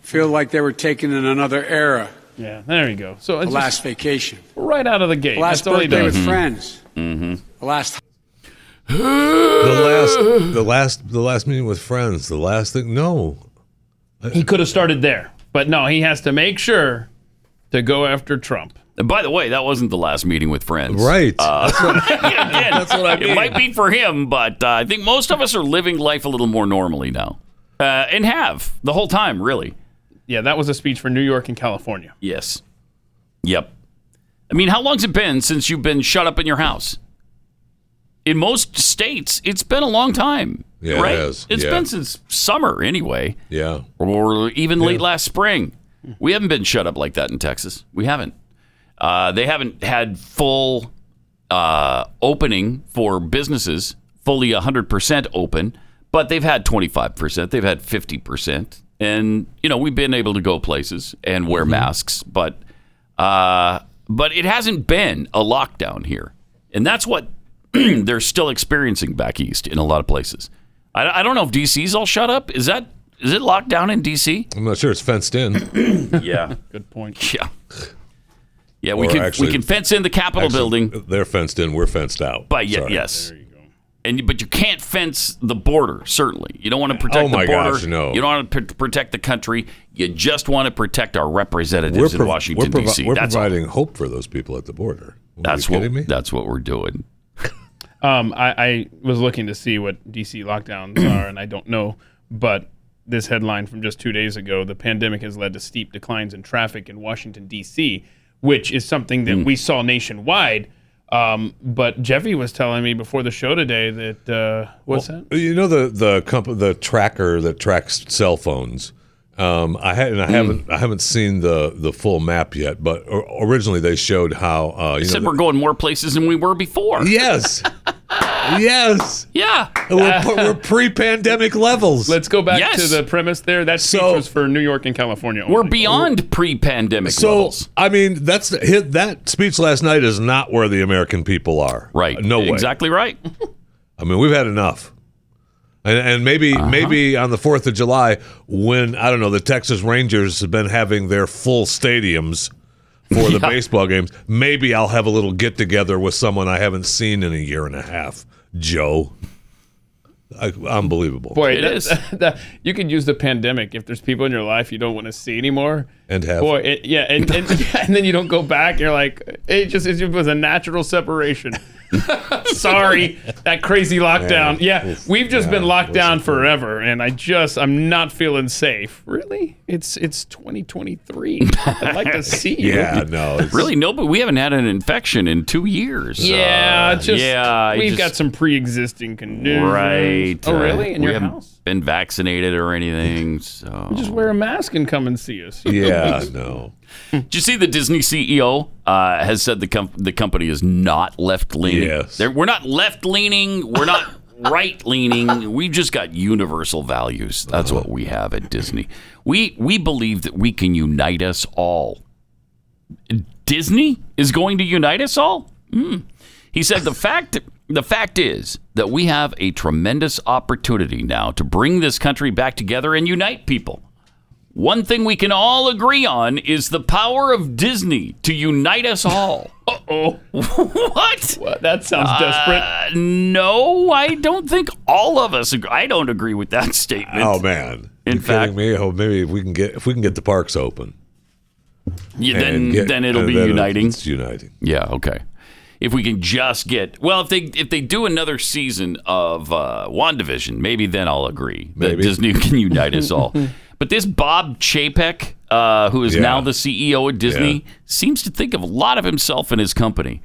feel like they were taken in another era.
Yeah, there you go. So
the
it's
last
just
vacation,
right out of the gate.
the last
That's all he
birthday
does. Mm-hmm.
with friends, the last
The last, the last, the last meeting with friends. The last thing. No,
He could have started there, but no, he has to make sure to go after Trump.
And by the way, that wasn't the last meeting with friends.
right.
Uh, Again, It might be for him, but uh, I think most of us are living life a little more normally now, uh, and have the whole time, really.
Yeah, that was a speech for New York and California.
Yes. Yep. I mean, how long's it been since you've been shut up in your house? In most states, it's been a long time.
Yeah, it
right?
has.
It's
Yeah.
been since summer, anyway,
yeah.
or even late last spring. We haven't been shut up like that in Texas. We haven't. Uh, they haven't had full uh, opening for businesses, fully 100% open, but they've had 25%, they've had 50%. And, you know, we've been able to go places and wear masks, but, uh, but it hasn't been a lockdown here. And that's what they're still experiencing back east in a lot of places. I, I don't know if DC's all shut up. Is that, is it locked down in DC?
I'm not sure. It's fenced in.
Yeah.
Good point.
yeah. Yeah. We
Or
can,
actually-
we can fence in the Capitol
Actually,
building.
They're fenced in. We're fenced out.
But ye-
Sorry.
yes, and but you can't fence the border. Certainly, you don't want to protect
Oh my
the border.
gosh, no.
You don't want to pr- protect the country. You just want to protect our representatives
We're,
in
prov-
Washington
we're, provi-
D.C.
we're
That's all.
providing hope for those people at the border. Are
that's
you
what
kidding me?
that's what we're doing.
Um, I, I was looking to see what DC lockdowns are, and I don't know, but this headline from just two days ago: the pandemic has led to steep declines in traffic in Washington D.C., which is something that we saw nationwide. Um, but Jeffy was telling me before the show today that uh, what's that?
You know the the comp- the tracker that tracks cell phones. Um, I had
Hmm.
and I haven't I haven't seen the the full map yet, but o- originally they showed how uh, you
Said
know
we're going more places than we were before.
yes. Yes.
Yeah.
We're, we're pre-pandemic levels.
Let's go back to
Yes.
the premise there. That speech
So-
was for New York and California.
We're
only.
beyond pre-pandemic
so
levels.
I mean, that's hit, that speech last night is not where the American people are.
Right.
No way.
Exactly right.
I mean, we've had enough. And, and maybe
Uh-huh.
maybe on the Fourth of July, when I don't know, the Texas Rangers have been having their full stadiums for the baseball games. Maybe I'll have a little get together with someone I haven't seen in a year and a half. Joe, I, unbelievable.
Boy,
It
that-
is.
that- you could use the pandemic if there's people in your life you don't want to see anymore.
And have-
boy, it, yeah, and, and yeah, and then you don't go back. You're like, it just it was a natural separation. Sorry, that crazy lockdown.
Yeah.
Yeah,
Oof.
we've just been
Yeah,
locked
what's
down
the point?
forever, and I just I'm not feeling safe. Really, it's it's 2023. I'd like to see you.
yeah, no, it's-
Really? No, but we haven't had an infection in two
uh,
years.
Yeah, it's just
yeah, I
we've
just-
got some pre-existing conditions.
Right.
Oh,
Uh,
really? In
we
your
haven't
house?
Been vaccinated or anything? So
Just wear a mask and come and see us.
Yeah, no.
Did you see the Disney CEO uh, has said the com- the company is not left leaning?
Yes.
we're not left leaning. We're not right leaning. We've just got universal values. That's what we have at Disney. We we believe that we can unite us all. Disney is going to unite us all. Hmm. He said the fact the fact is that we have a tremendous opportunity now to bring this country back together and unite people. One thing we can all agree on is the power of Disney to unite us all.
Oh,
what?
well, that sounds desperate.
Uh, no, I don't think all of us agree. I don't agree with that statement.
Oh man,
In
you
fact-
kidding me? Oh, maybe if we can get if we can get the parks open,
Yeah,
and
then
get- uh,
then it'll
and
be
then
uniting.
It's uniting.
Yeah, okay. If we can just get well, if they if they do another season of uh, Wandavision, maybe then I'll agree that
Maybe.
Disney can unite us all. But this Bob Chapek, uh, who is
Yeah.
now the CEO at Disney,
Yeah.
seems to think of a lot of himself and his company.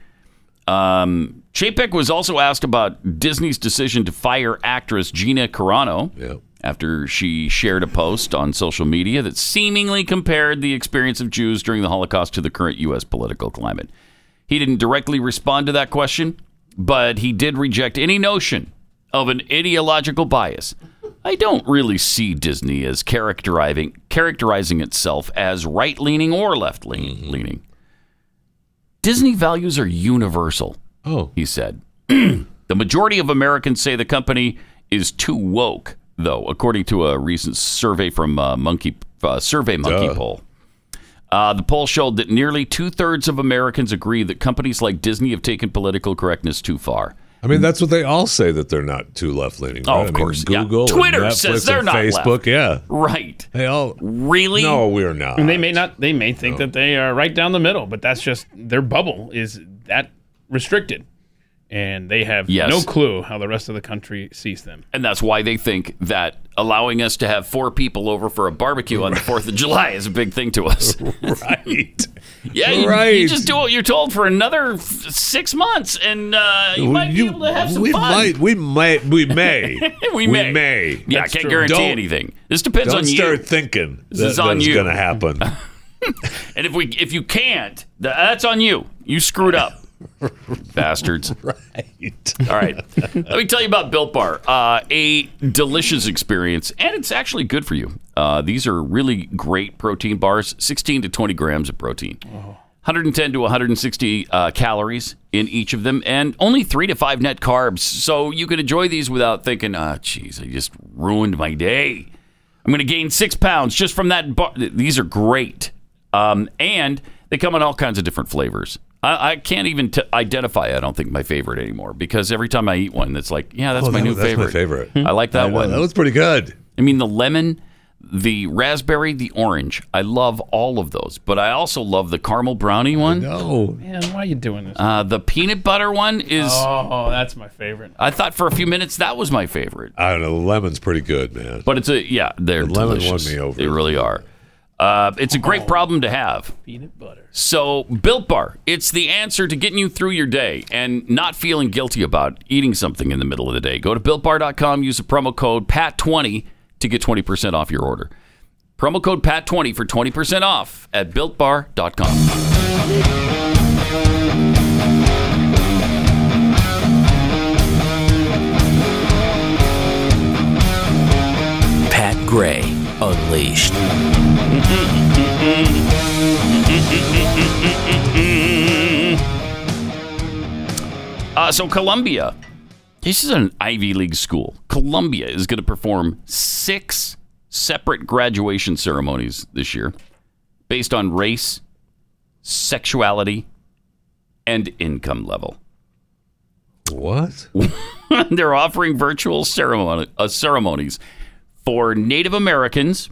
Um, Chapek was also asked about Disney's decision to fire actress Gina Carano
Yeah.
after she shared a post on social media that seemingly compared the experience of Jews during the Holocaust to the current U.S. political climate. He didn't directly respond to that question, but he did reject any notion of an ideological bias. I don't really see Disney as characterizing characterizing itself as right leaning or left leaning. Disney values are universal,
Oh,
he said. the majority of Americans say the company is too woke, though, according to a recent survey from uh, Monkey uh, Survey Monkey
Duh.
poll. Uh, the poll showed that nearly two thirds of Americans agree that companies like Disney have taken political correctness too far.
I mean, that's what they all say that they're not too left leaning.
Oh,
right?
of
I mean,
course, yeah.
Google, and
Twitter
Netflix
says they're
and
not left.
Facebook, yeah.
Right?
They all
Really?
no, we're not.
And they may not. They may think that they are right down the middle, but that's just their bubble is that restricted, and they have
Yes.
no clue how the rest of the country sees them.
And that's why they think that allowing us to have four people over for a barbecue on the 4th of July is a big thing to us.
right.
Yeah, you, you
Right.
just do what you're told for another f- six months, and uh, you might be
You-
able to have some
we
fun.
might, we might, we may,
we may.
may.
Yeah, I
That's
can't
true.
guarantee
Don't-
anything. This depends
Don't
on
start
you.
thinking this
is on
that's
you.
going to happen.
And if we, if you can't, th- that's on you. You screwed up, bastards.
right.
All right. Let me tell you about Built Bar. Uh, a delicious experience, and it's actually good for you. Uh, these are really great protein bars 16 to 20 grams of protein, 110 to 160 uh, calories in each of them, and only three to five net carbs. So you can enjoy these without thinking, oh, geez, I just ruined my day. I'm going to gain six pounds just from that bar. These are great. Um, and they come in all kinds of different flavors. I, I can't even t- identify, I don't think, my favorite anymore because every time I eat one, it's like, yeah, that's
Oh,
my
that-
new
that's my
favorite.
favorite.
I like that
I know,
one.
that was pretty good.
I mean, the lemon, the raspberry, the orange. I love all of those. But I also love the caramel brownie one.
No,
Man, why are you doing this?
Uh, the peanut butter one is,
oh, that's my favorite.
I thought for a few minutes that was my favorite.
I don't know. The lemon's pretty good, man.
But it's a yeah, they're
The lemon
delicious.
won me over.
They really are. Uh, it's a great problem to have.
Peanut butter.
So Built Bar, it's the answer to getting you through your day and not feeling guilty about eating something in the middle of the day. Go to builtbar.com, use the promo code PAT20 to get 20% off your order. Promo code PAT20 for 20% off at builtbar.com.
Gray Unleashed.
Uh, so Columbia, this is an Ivy League school. Columbia is going to perform six separate graduation ceremonies this year, based on race, sexuality, and income level.
What?
They're offering virtual ceremony, uh, ceremonies for Native Americans,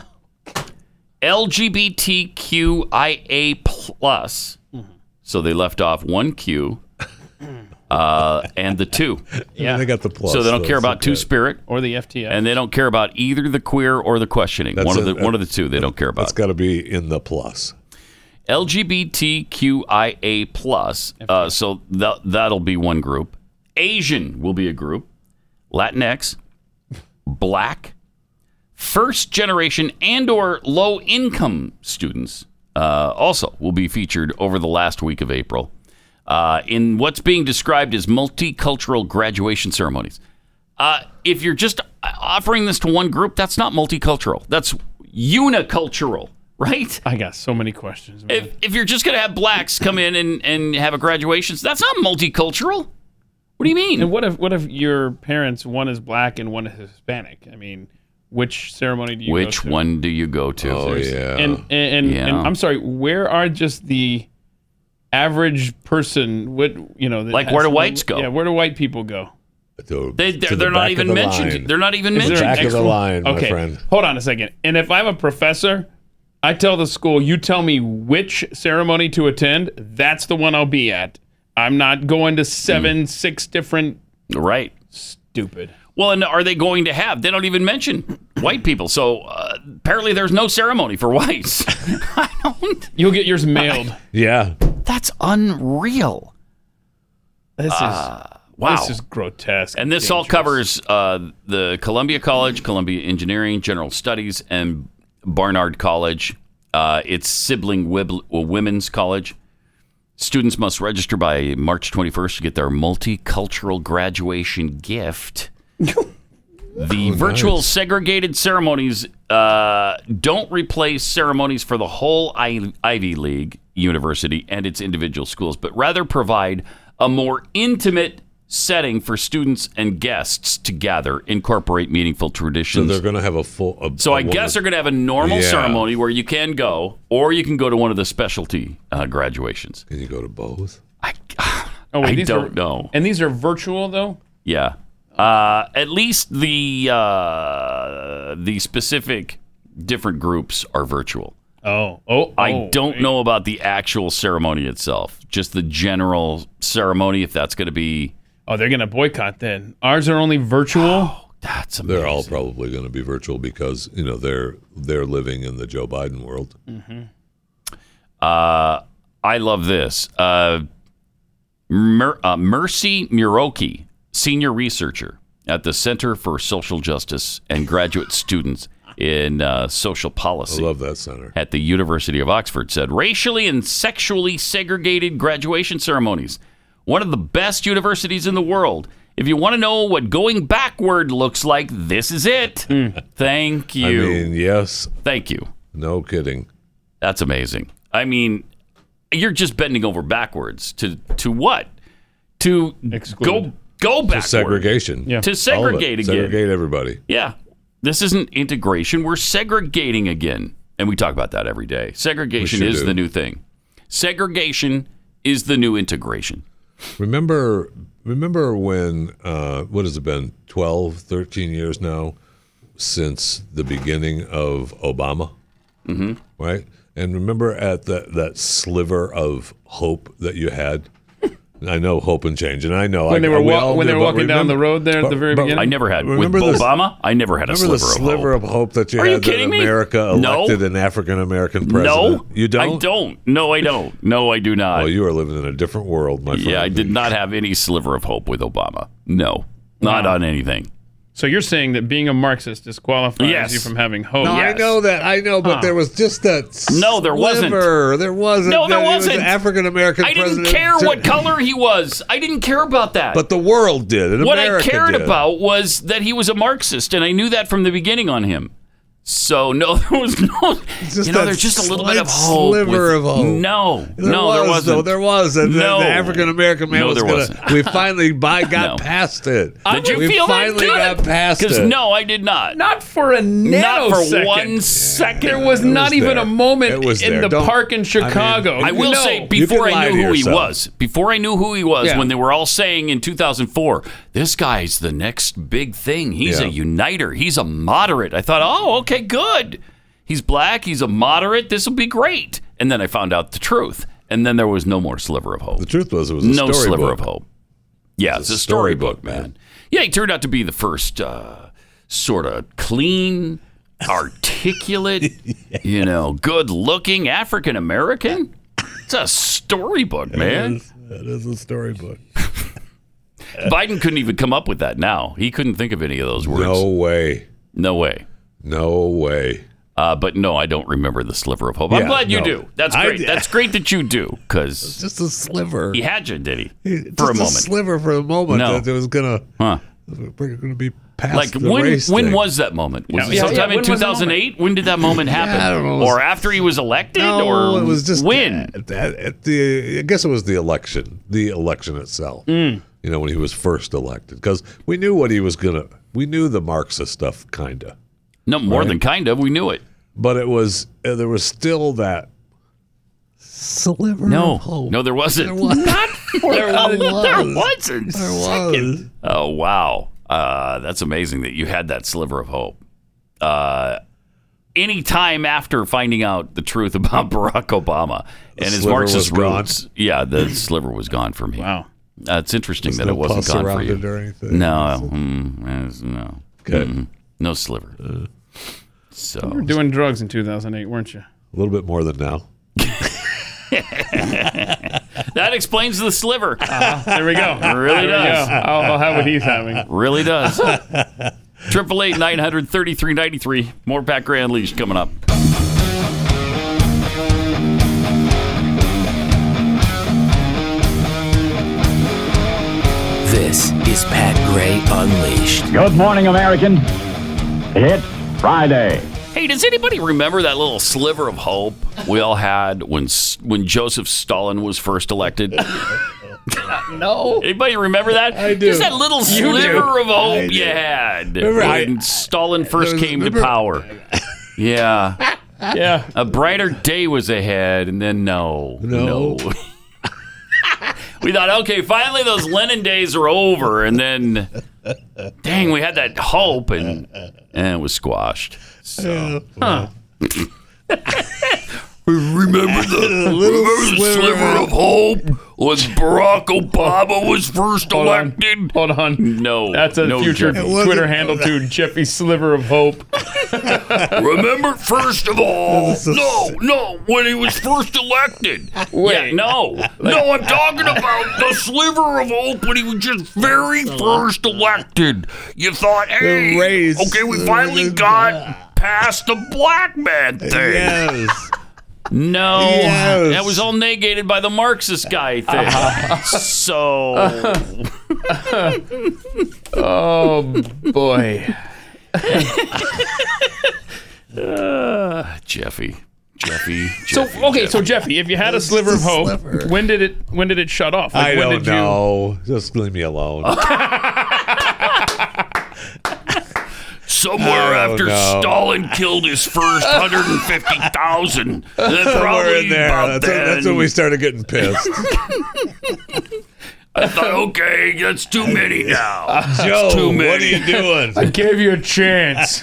LGBTQIA plus. So they left off one Q uh, and the two.
Yeah. They got the plus.
so they don't
though,
care
so
about two spirit,
or the FTF.
and they don't care about either the queer or the questioning.
That's
one of the
it.
one of the two they don't care
That's
about.
got to be in the plus.
LGBTQIA plus. Uh, so that that'll be one group. Asian will be a group. Latinx, Black, first generation and or low income students uh, also will be featured over the last week of April uh, in what's being described as multicultural graduation ceremonies. Uh, if you're just uh, offering this to one group, that's not multicultural. That's unicultural, right?
I got so many questions. man.
if, if you're just going to have blacks come in and, and have a graduation, that's not multicultural. What do you mean?
and what if what if your parents one is black and one is Hispanic? I mean, which ceremony do you? go
Which
to?
one do you go to?
Oh yeah.
And and, and, and
Yeah.
I'm sorry. Where are just the average person? What you know? that
Like,
has
where do
no-
whites go?
Yeah, where do white people go?
To-
They,
to
they're
the
they're not
back
even
of the
mentioned.
line.
They're not even
Is there
mentioned.
an
back of the
actual-
line, my
okay,
friend.
Hold on a second. And if I'm a professor, I tell the school, you tell me which ceremony to attend, that's the one I'll be at. I'm not going to
Mm.
seven, six different
Right.
stupid.
Well, and are they going to have? They don't even mention white people. So uh, apparently there's no ceremony for whites. I don't.
You'll get yours mailed.
Yeah.
That's unreal.
This is
Uh, Wow.
this is grotesque.
and this all covers
dangerous.
uh, the Columbia College, Columbia Engineering, General Studies, and Barnard College. Uh, it's sibling wib- women's college. Students must register by March 21st to get their multicultural graduation gift. The virtual segregated ceremonies uh, don't replace ceremonies for the whole I- Ivy League university and its individual schools, but rather provide a more intimate setting for students and guests to gather, incorporate meaningful
So
traditions.
they're going to have a full. A,
So
I
I guess they're going to have a normal
Yeah.
ceremony where you can go, or you can go to one of the specialty uh, graduations.
Can you go to both?
I,
Oh,
I
these
don't
are,
know.
And these are virtual though.
Yeah. Uh, at least the uh, the specific different groups are virtual.
Oh, oh,
I don't know about the actual ceremony itself, just the general ceremony. If that's going to be,
Oh, they're gonna boycott then. Ours are only virtual.
that's amazing.
Oh, They're all probably going to be virtual because you know they're they're living in the Joe Biden world.
Uh, I love this. Uh, Mer- uh, Mercy Muroki, senior researcher at the Center for Social Justice and Graduate Students in uh, Social
I
Policy
love that center.
at the University of Oxford said racially and sexually segregated graduation ceremonies. One of the best universities in the world. If you want to know what going backward looks like, this is it. Thank
Hmm. I
you.
mean, yes,
Thank you.
no kidding.
That's amazing. I mean, you're just bending over backwards to to what? To go
Exclude.
go backward.
Segregation.
Yeah.
To
All of it.
segregate again.
Segregate everybody.
Yeah. This isn't integration. We're segregating again. And we talk about that every day. Segregation
We sure
is
do.
the new thing. Segregation is the new integration.
Remember, remember when, uh, what has it been, 12, 13 years now since the beginning of Obama? Mm-hmm. Right? And remember at that, that sliver of hope that you had? And I know hope and change, and I know
When
I,
they were
we
wa-
all
when they
do,
were
but
walking down the
remember-
road there at
but-
the very
but
beginning?
I never had
Remember
with
this-
Obama. I never had a
Remember
sliver,
the sliver
of
of hope that you
Are
had
you kidding
that
me?
America
No.
elected an African American
hope.
president?
No,
you don't.
I don't. No, I don't. No, I do not.
Well, you are living in a different world, my friend.
yeah, I did not have any sliver of hope with Obama. No, not on anything.
So you're saying that being a Marxist disqualifies
Yes.
you from having hope?
No, I
Yes.
know that. I know, but there was just that.
No, there wasn't.
sliver. There wasn't.
No, there
that he was
wasn't.
an African American.
I didn't care what color he was. I didn't care about that.
But the world did. And
what
America
I cared
did.
about was that he was a Marxist, and I knew that from the beginning on him. So no, there was no.
just
you know,
that
there's just a little bit of
slight
hope. with-
sliver of hope.
No,
There
no,
was,
there wasn't.
Though, there was. And the-
No.
the African American man
No,
was
there
gonna.
wasn't.
We finally by got
No.
past it.
Did you
we
feel that?
finally
Good.
got past
Because
it.
no, I did not.
Not for a
Not for
nanosecond.
one second.
There was not
was
even
there.
a moment
It was
in
there.
the
Don't-
park in Chicago.
I will
No.
say
You
before
can
I
lie
knew
to
who he
yourself.
was, before I knew who he was,
Yeah.
when they were all saying in 2004, this guy's the next big thing. He's
Yeah.
a uniter. He's a moderate. I thought, oh, okay, good. He's black. He's a moderate. This will be great. And then I found out the truth. And then there was no more sliver of hope.
The truth was, it was a
no
storybook.
sliver of hope. Yeah, it's,
a
a storybook,
storybook, man.
man. Yeah, he turned out to be the first uh, sort of clean, articulate, you know, good-looking African American. It's a storybook, man.
That is a storybook.
Biden couldn't even come up with that now. He couldn't think of any of those words.
No way.
No way.
No way.
Uh, but no, I don't remember the sliver of hope. I'm
Yeah,
glad you
no.
do. That's
I
great.
did.
That's great that you do, because
Just a sliver.
he had you, did he?
Just
For a moment.
sliver for a moment
No.
that it was gonna.
Huh.
We're gonna be past
like
the
when
race
when
thing.
was that moment? Was it
yeah,
sometime
yeah,
in
when was the
2008? When did that moment happen?
I don't know. It was-
Or after he was elected?
no,
or
it was just
when?
at, at- at the I guess it was the election, the election itself.
Hmm.
You know when he was first elected because we knew what he was gonna. We knew the Marxist stuff, kinda,
No, more than kind of. We knew it.
but it was uh, there was still that sliver. of
No,
hope.
no, there wasn't.
Oh. There was.
there,
was.
wasn't.
There was.
Oh wow, uh, that's amazing that you had that sliver of hope. Uh, any time after finding out the truth about Barack Obama and his
sliver
Marxist
was gone.
roots, yeah, the sliver was gone for me.
Wow.
That's interesting that
no
it wasn't
pus
gone for
around
you.
it or anything.
No, mm, uh, no,
Okay.
Mm-mm. no sliver. So
Doing drugs in 2008, weren't you?
A little bit more than now.
that explains the sliver.
There we go.
Really
There we go. Oh,
does.
I'll, I'll have what he's having.
Really does. Triple eight nine hundred thirty three ninety three. More Pat Gray Unleashed coming up.
This is Pat Gray Unleashed.
Good morning, American. It's Friday.
Hey, does anybody remember that little sliver of hope we all had when S- when Joseph Stalin was first elected?
No.
Anybody remember that? I
do.
Just that little sliver of hope you had
Remember, I-
when Stalin first
was-
came to
remember-
power. Yeah,
Yeah.
a brighter day was ahead, and then no,
No.
we thought, okay, finally those Lenin days are over, and then, dang, we had that hope, and and it was squashed.
Yeah.
Remember the
little
Remember the
sliver.
sliver of hope when Barack Obama was first
Hold on.
elected?
Hold on.
No,
That's a
no,
future
Jeffy.
wasn't-
Twitter handle to Jeffy Sliver of Hope.
Remember, first of all,
This is a-
no, no, when he was first elected. Wait, no, no, I'm talking about the sliver of hope when he was just very first elected. You thought, hey,
race.
okay, we finally got past the black man thing.
Yes.
No,
Yes.
that was all negated by the Marxist guy thing. Uh-huh. So,
Boy.
Jeffy, Jeffy,
So
Jeffy.
okay, so Jeffy, if you had a sliver of hope,
sliver.
when did it when did it shut off? Like,
I
when
don't
did you-
know. Just leave me alone.
somewhere
Oh,
after
no.
Stalin killed his first hundred and fifty thousand,
Somewhere
probably
in there.
about
That's, that's when
then,
we started getting pissed.
I thought, okay, that's too many now.
Uh, Joe,
too
what are
many.
you doing?
I gave you a chance.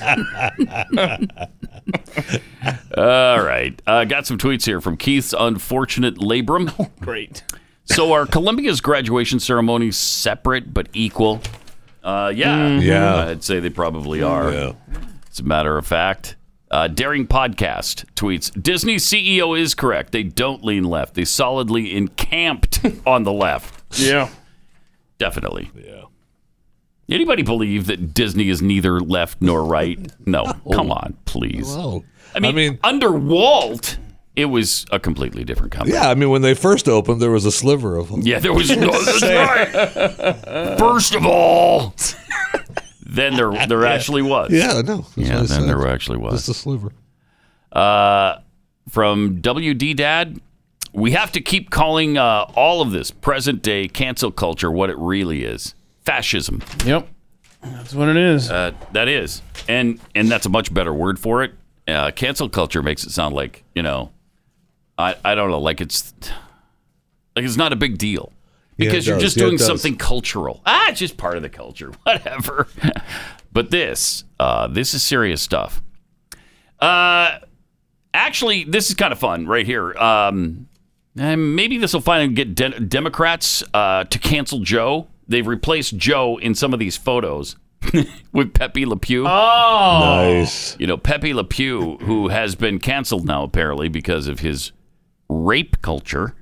all right, uh, got some tweets here from Keith's unfortunate labrum.
Great.
So are Columbia's graduation ceremonies separate but equal? Uh, yeah,
Yeah.
I'd say they probably are.
Yeah.
As a matter of fact, uh, Daring Podcast tweets Disney CEO is correct. They don't lean left. They solidly encamped on the left.
Yeah.
Definitely. Yeah. Anybody believe that Disney is neither left nor right? No. Come on, please. Oh.
Oh.
I mean, under Walt, it was a completely different company.
yeah, I mean, when they first opened, there was a sliver of them.
Yeah, there was no. That's right. First of all, Then there there actually was.
Yeah, no.
Yeah, then there actually was.
Just a sliver.
Uh, from WD Dad, we have to keep calling uh, all of this present day cancel culture what it really is fascism.
Yep. That's what it is.
Uh, that is, and and that's a much better word for it. Uh, cancel culture makes it sound like you know, I I don't know, like it's like it's not a big deal
Yeah, it
because you're
does.
just
Yeah, it
doing
does.
something cultural. Ah, it's just part of the culture, whatever. but this uh, this is serious stuff. Uh, actually, this is kind of fun right here. Um, and maybe this will finally get de- Democrats uh, to cancel Joe. They've replaced Joe in some of these photos with Pepe Le Pew.
Nice.
You know, Pepe Le Pew, who has been canceled now apparently because of his rape culture.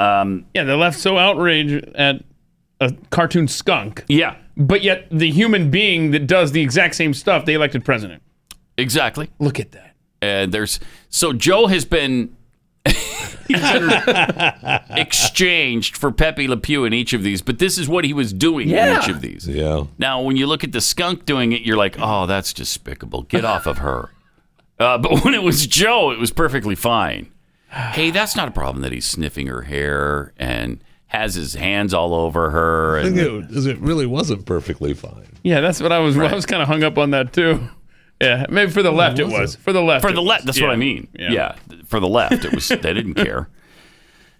Um,
Yeah, they're left so outraged at a cartoon skunk,
yeah,
but yet the human being that does the exact same stuff they elected president.
exactly.
Look at that.
And Uh, there's so Joe has been exchanged for Pepe Le Pew in each of these, but this is what he was doing in each of these.
Yeah.
Now, when you look at the skunk doing it, you're like, oh, that's despicable. Get off of her. Uh, but when it was Joe, it was perfectly fine. Hey, that's not a problem that he's sniffing her hair and has his hands all over her.
I
And,
think it, was- it really wasn't perfectly fine.
Yeah, that's what I was. I was kind of hung up on that too. Yeah, maybe for the left it Oh, was. For the left.
for
it
the
was.
left, that's what
Yeah.
I mean. Yeah.
Yeah.
for the left, it was they didn't care.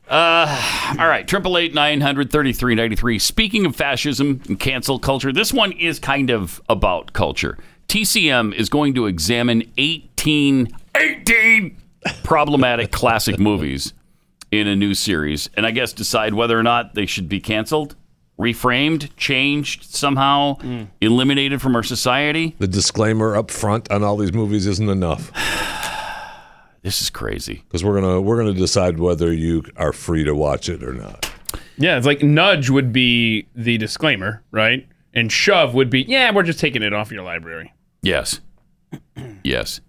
Uh, all right, triple eight nine hundred thirty three ninety three. Speaking of fascism and cancel culture, this one is kind of about culture. TCM is going to examine 18, 18 problematic classic movies in a new series, and I guess decide whether or not they should be canceled, reframed, changed somehow,
Mm.
eliminated from our society.
The disclaimer up front on all these movies isn't enough
This is crazy.
because we're gonna we're gonna decide whether you are free to watch it or not.
Yeah, it's like nudge would be the disclaimer, right? And shove would be, yeah, we're just taking it off your library.
Yes. yes.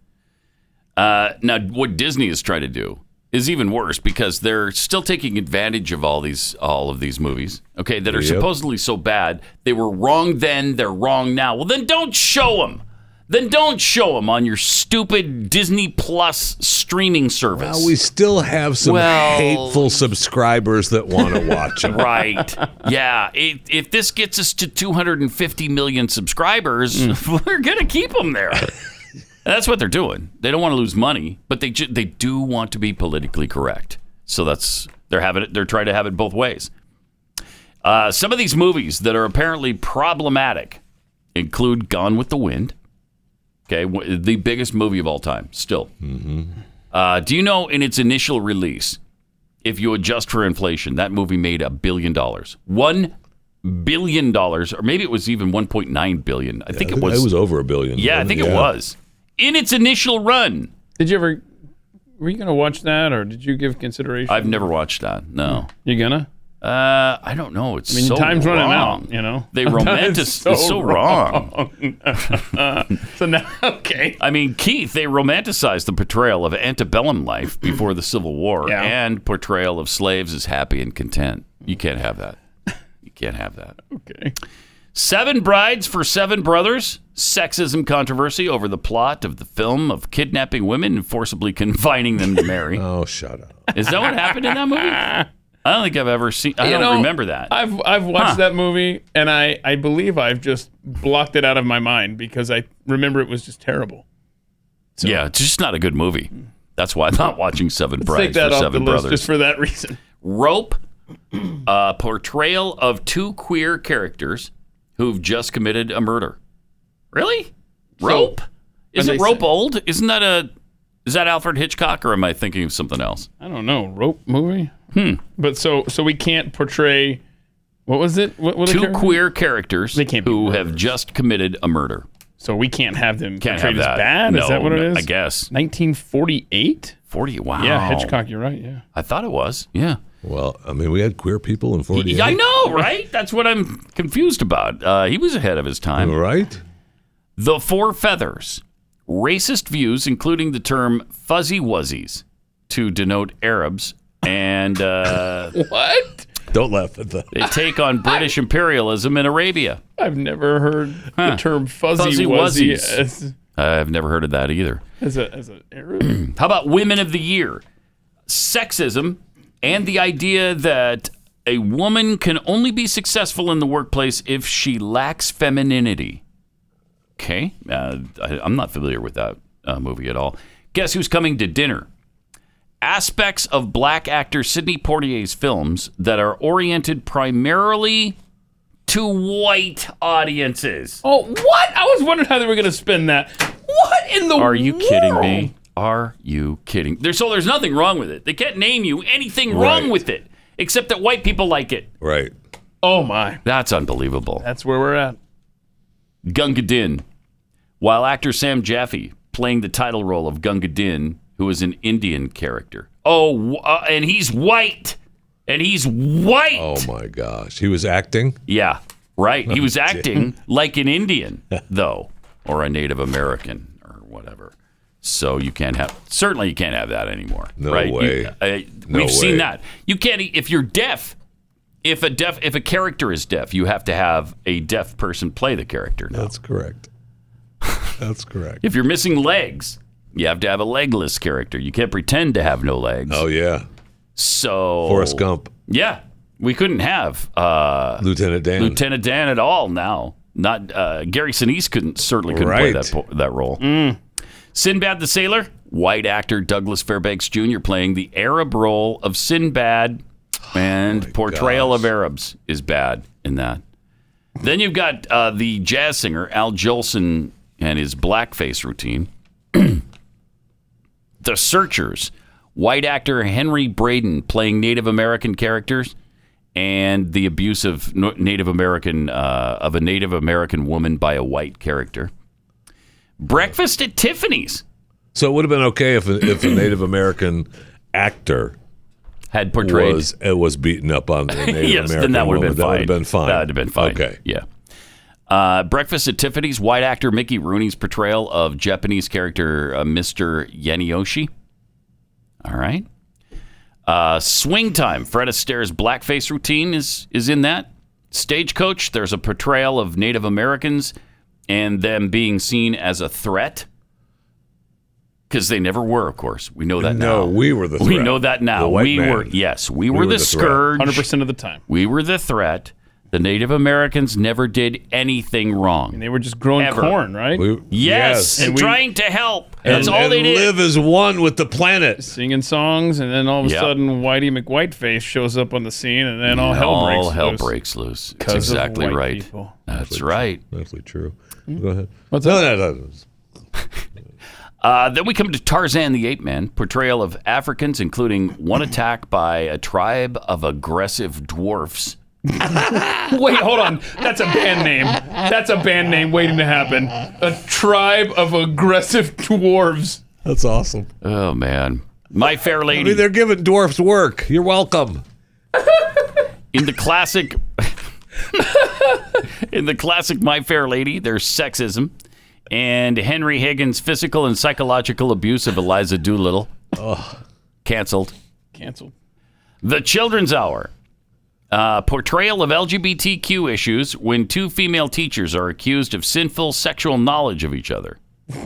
Uh, now, what Disney is trying to do is even worse because they're still taking advantage of all these all of these movies, okay, that are
Yep.
supposedly so bad. They were wrong then, they're wrong now. Well, then don't show them. Then don't show them on your stupid Disney Plus streaming service.
Now we still have some
Well-
hateful subscribers that want to watch it.
Right. Yeah. If, if this gets us to 250 million subscribers, we're going to keep them there. And that's what they're doing. They don't want to lose money, but they ju- they do want to be politically correct. So that's they're having it. They're trying to have it both ways. Uh, some of these movies that are apparently problematic include Gone with the Wind. Okay, w- the biggest movie of all time, still. Uh, do you know in its initial release, if you adjust for inflation, that movie made a billion dollars. One billion dollars, or maybe it was even 1.9 billion. I think it was.
It was over a billion.
yeah, I think it was. In its initial run.
Did you ever? Were you gonna watch that, or did you give consideration?
I've never watched that. No.
you gonna?
Uh, I don't know. It's
I mean,
so
time's
wrong.
running out. You know.
They
Time's
romantic. It's so, wrong.
so now, okay.
I mean, Keith, they romanticized the portrayal of antebellum life before the Civil War
Yeah.
and portrayal of slaves as happy and content. You can't have that. You can't have that.
Okay.
Seven Brides for Seven Brothers. Sexism controversy over the plot of the film of kidnapping women and forcibly confining them to marry.
Oh, shut up.
Is that what happened in that movie? I don't think I've ever seen. I
You
don't
know,
remember that.
I've I've watched
Huh.
that movie, and I I believe I've just blocked it out of my mind because I remember it was just terrible.
yeah, it's just not a good movie. That's why I'm not watching Seven
Take
Brides
that
for
off the
Seven
list
Brothers.
just for that reason.
Rope, a portrayal of two queer characters who've just committed a murder. Really? Rope? Isn't
they
Rope
say-
old? Isn't that a is that Alfred Hitchcock or am I thinking of something else?
I don't know rope movie. Hmm. But so so we can't portray. What was it? What, what
Two queer characters
They can't be
who have just committed a murder.
So we can't have them
Can't
portrayed
have that.
as bad.
No,
is that what it
no,
is?
I guess Oh.
1948.
forty. Wow.
Yeah, Hitchcock. You're right. Yeah.
I thought it was. Yeah.
Well, I mean, we had queer people in 48.
Yeah, I know, right? That's what I'm confused about. Uh, he was ahead of his time.
Right?
The Four Feathers. Racist views, including the term fuzzy wuzzies to denote Arabs. And uh,
What?
Don't laugh at that.
They take on British imperialism in Arabia.
I've never heard
Huh.
the term fuzzy,
Fuzzy
wuzzy
wuzzies.
as,
I've never heard of that either.
as, a, as an Arab.
How about women of the year? Sexism and the idea that a woman can only be successful in the workplace if she lacks femininity. Okay, uh, I, I'm not familiar with that uh, movie at all. Guess who's coming to dinner? Aspects of black actor Sidney Poitier's films that are oriented primarily to white audiences.
oh, what? I was wondering how they were going to spin that. What in the
Are you
world?
kidding me? Are you kidding? There's, so there's nothing wrong with it. They can't name you anything wrong
Right.
with it, except that white people like it.
Right.
Oh, my.
That's unbelievable.
That's where we're at.
Gunga Din. While actor Sam Jaffe playing the title role of Gunga Din, who is an Indian character. Oh, wh- uh, and he's white. And he's white.
Oh my gosh. He was acting.
Yeah, right. He was acting like an Indian, though, or a Native American, or whatever. So you can't have certainly you can't have that anymore.
No
right? You-
way.
I-
No
we've seen
way.
that. You can't e- if you're deaf. If a deaf if a character is deaf, you have to have a deaf person play the character. Now,
That's correct. That's correct.
if you're missing legs, you have to have a legless character. You can't pretend to have no legs.
Oh yeah.
so
Forrest Gump,
Yeah, we couldn't have. Uh,
Lieutenant Dan.
Lieutenant Dan at all now. Not uh, Gary Sinise couldn't certainly couldn't play
Right.
that po- that role. Sinbad the Sailor, white actor Douglas Fairbanks Jr. playing the Arab role of Sinbad, and portrayal of Arabs is bad in that. Then you've got uh, the jazz singer Al Jolson and his blackface routine. the Searchers, white actor Henry Braden playing Native American characters and the abuse of no- Native American uh, of a Native American woman by a white character. Breakfast at Tiffany's
So it would have been okay if a, if a Native American actor
had portrayed.
was it was beaten up on the Native
yes,
American
then that would
woman.
have been
that would
fine.
have been fine.
That would have been fine.
Okay.
Yeah. Uh, Breakfast at Tiffany's. White actor Mickey Rooney's portrayal of Japanese character uh, Mr. Yeniyoshi. All right. Uh, swing time. Fred Astaire's blackface routine is is in that. Stagecoach. There's a portrayal of Native Americans and them being seen as a threat because they never were. Of course, we know that now.
No, we were the
We
threat.
know that now.
The white
we
man.
were yes, we, were, the,
threat.
scourge.
100% of the time.
We were the threat. The Native Americans never did anything wrong.
They were just growing
Ever.
corn, right?
We-
Yes, and
we-
trying to help. That's
and,
all
and
they did.
live as one with the planet.
Singing songs, and then all of a
Yeah.
sudden, Whitey McWhiteface shows up on the scene, and then all hell breaks
all hell
loose.
breaks loose. That's
'Cause of
exactly
white
right.
people.
That's right.
Absolutely true. Go ahead. Hmm? What's no, no, no, no.
Uh, then we come to Tarzan the Ape Man, portrayal of Africans, including one attack by a tribe of aggressive dwarfs.
Wait, hold on. That's a band name. That's a band name waiting to happen. A tribe of aggressive dwarves.
That's awesome.
Oh man, My Fair
I
Lady
mean, they're giving dwarfs work. You're welcome.
in the classic in the classic My Fair Lady, there's sexism and Henry Higgins' physical and psychological abuse of Eliza Doolittle. Canceled.
Canceled.
The Children's Hour. Uh, portrayal of LGBTQ issues when two female teachers are accused of sinful sexual knowledge of each other.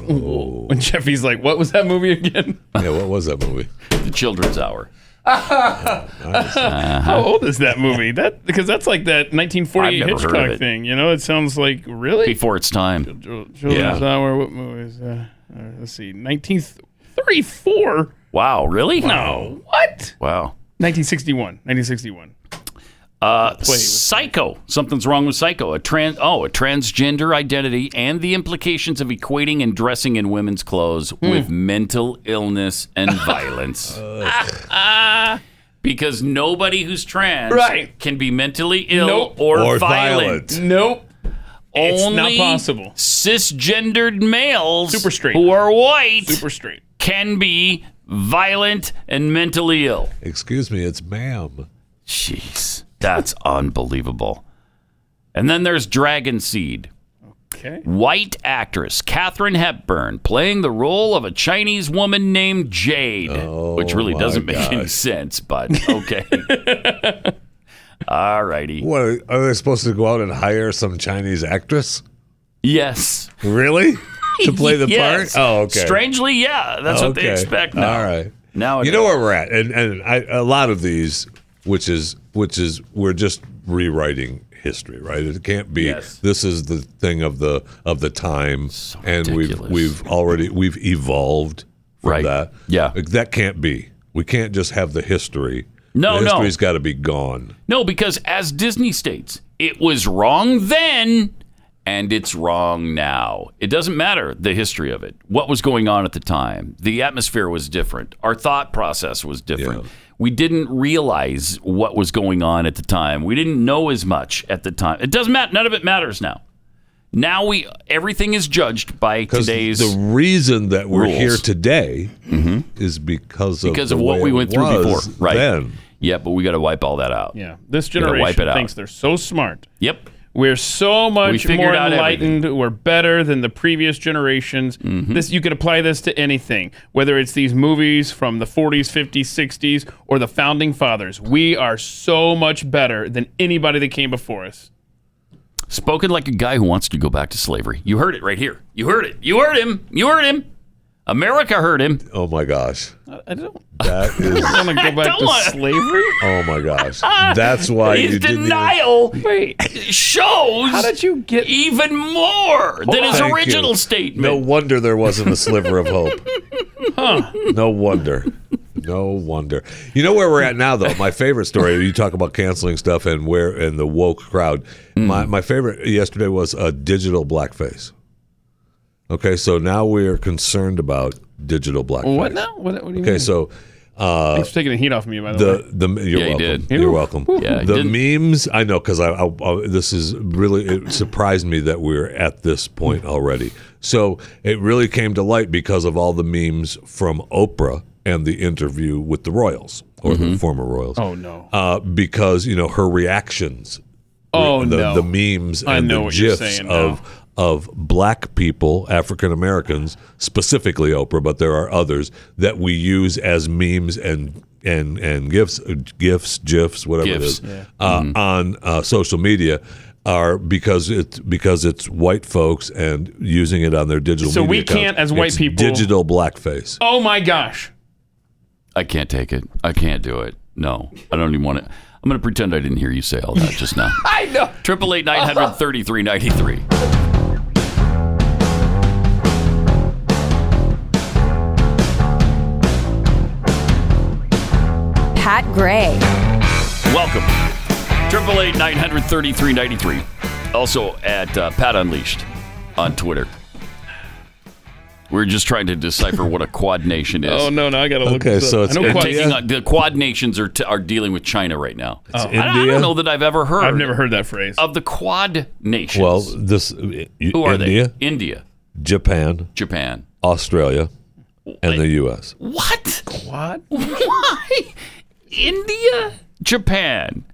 When Jeffy's like, "What was that movie again?
Yeah, what was that movie?
The Children's Hour.
How old is that movie? That because that's like that 1948
I've never heard of
Hitchcock
it.
thing. You know, it sounds like really.
Before its time.
Chil- Children's
Yeah.
Hour. What movie is that? Uh, let's see, 1934.
Wow, really?
No, what?
Wow.
1961. 1961.
Uh,
with-
psycho. Something's wrong with psycho. A trans. Oh, a transgender identity and the implications of equating and dressing in women's clothes
Hmm.
with mental illness and violence. because nobody who's trans
Right.
can be mentally ill
Nope.
or,
Or
violent.
violent.
Nope. It's not
Only
possible.
Cisgendered males
Super straight.
who are white
Super straight.
can be violent and mentally ill.
Excuse me, it's ma'am.
Jeez, that's unbelievable. And then there's Dragon Seed.
Okay.
White actress Katherine Hepburn playing the role of a Chinese woman named
Oh
Jade, which really doesn't make any sense, but okay. All righty.
What are they supposed to go out and hire some Chinese actress?
Yes.
Really? to play the
Yes.
part? Oh, okay.
Strangely, yeah. That's what they
Okay.
expect now.
All right.
Now
you know where we're at, and and I, a lot of these, which is which is we're just rewriting history, right? It can't be.
Yes.
This is the thing of the of the time, and
ridiculous.
we've we've already we've evolved from
Right.
that.
Yeah.
Like, that can't be. We can't just have the history.
No,
the
no.
history's got to be gone.
No, because as Disney states, it was wrong then and it's wrong now. It doesn't matter the history of it. What was going on at the time? The atmosphere was different. Our thought process was different. We didn't realize what was going on at the time. We didn't know as much at the time. It doesn't matter. None of it matters now. Now we everything is judged by
Because
today's
the reason that we're
rules. Mm-hmm.
here today is because of
because
the
of what
way
we
it
went through
was
before. Right.
Then.
Yeah, but we got to wipe all that out.
Yeah, this
gotta
generation
wipe it out.
thinks they're so smart.
Yep.
We're so
We
much
figured
more
out
enlightened. We're better than the previous generations. This you could apply this to anything, whether it's these movies from the 40s, 50s, 60s, or the founding fathers. We are so much better than anybody that came before us.
Spoken like a guy who wants to go back to slavery. You heard it right here. You heard it. You heard him. You heard him. America heard him.
Oh my gosh.
I don't
That is
want to go back
don't
to
want-
slavery.
Oh my gosh. That's why
His
you didn't even-
denial
Wait,
shows
how did you get?
even more than his
Thank
original
you. No
statement.
wonder there wasn't a sliver of hope. No wonder. No wonder. You know where we're at now, though. My favorite story. You talk about canceling stuff and where and the woke crowd. My my favorite yesterday was a digital blackface. Okay, so now we are concerned about digital blackface.
What now? What, what do you mean?
Okay, so
Thanks for taking the heat off me, by the, way.
the the you're
Yeah, he
welcome.
did.
You're welcome.
Yeah, he
the
didn't-
memes. I know because I, I, I this is really it surprised me that we're at this point already. So it really came to light because of all the memes from Oprah and the interview with the Royals or
Mm-hmm.
the former Royals.
Oh no!
Uh, because you know her reactions.
Oh,
the,
no.
The memes
I
and
know
the
what you're
gifs
saying now.
of of black people, African Americans, specifically Oprah, but there are others that we use as memes and and and gifs, gifs, gifs, whatever
Gifs.
it is, uh,
Mm-hmm.
on uh, social media. Are because it's because it's white folks and using it on their digital.
So
media
we
accounts.
can't, as white
It's
people-
digital blackface.
oh my gosh!
I can't take it. I can't do it. No, I don't even want it. I'm going to pretend I didn't hear you say all that just now.
I know.
Triple eight nine hundred thirty three ninety three.
Pat Gray.
Welcome. Triple eight nine hundred thirty three ninety three. Also at uh, Pat Unleashed on Twitter. We're just trying to decipher what a quad nation is.
Oh no! Now I gotta look.
Okay,
this
so
up.
it's
I know
They're
quite-
taking on, the Quad nations are t- are dealing with China right now.
Oh,
I, don't- I
India?
don't know that I've ever heard.
I've never heard that phrase.
of the Quad nations.
Well, this Who
who are
India,
they? India,
Japan,
Japan.
Australia, and the U.S.
What?
What?
Why? India, Japan,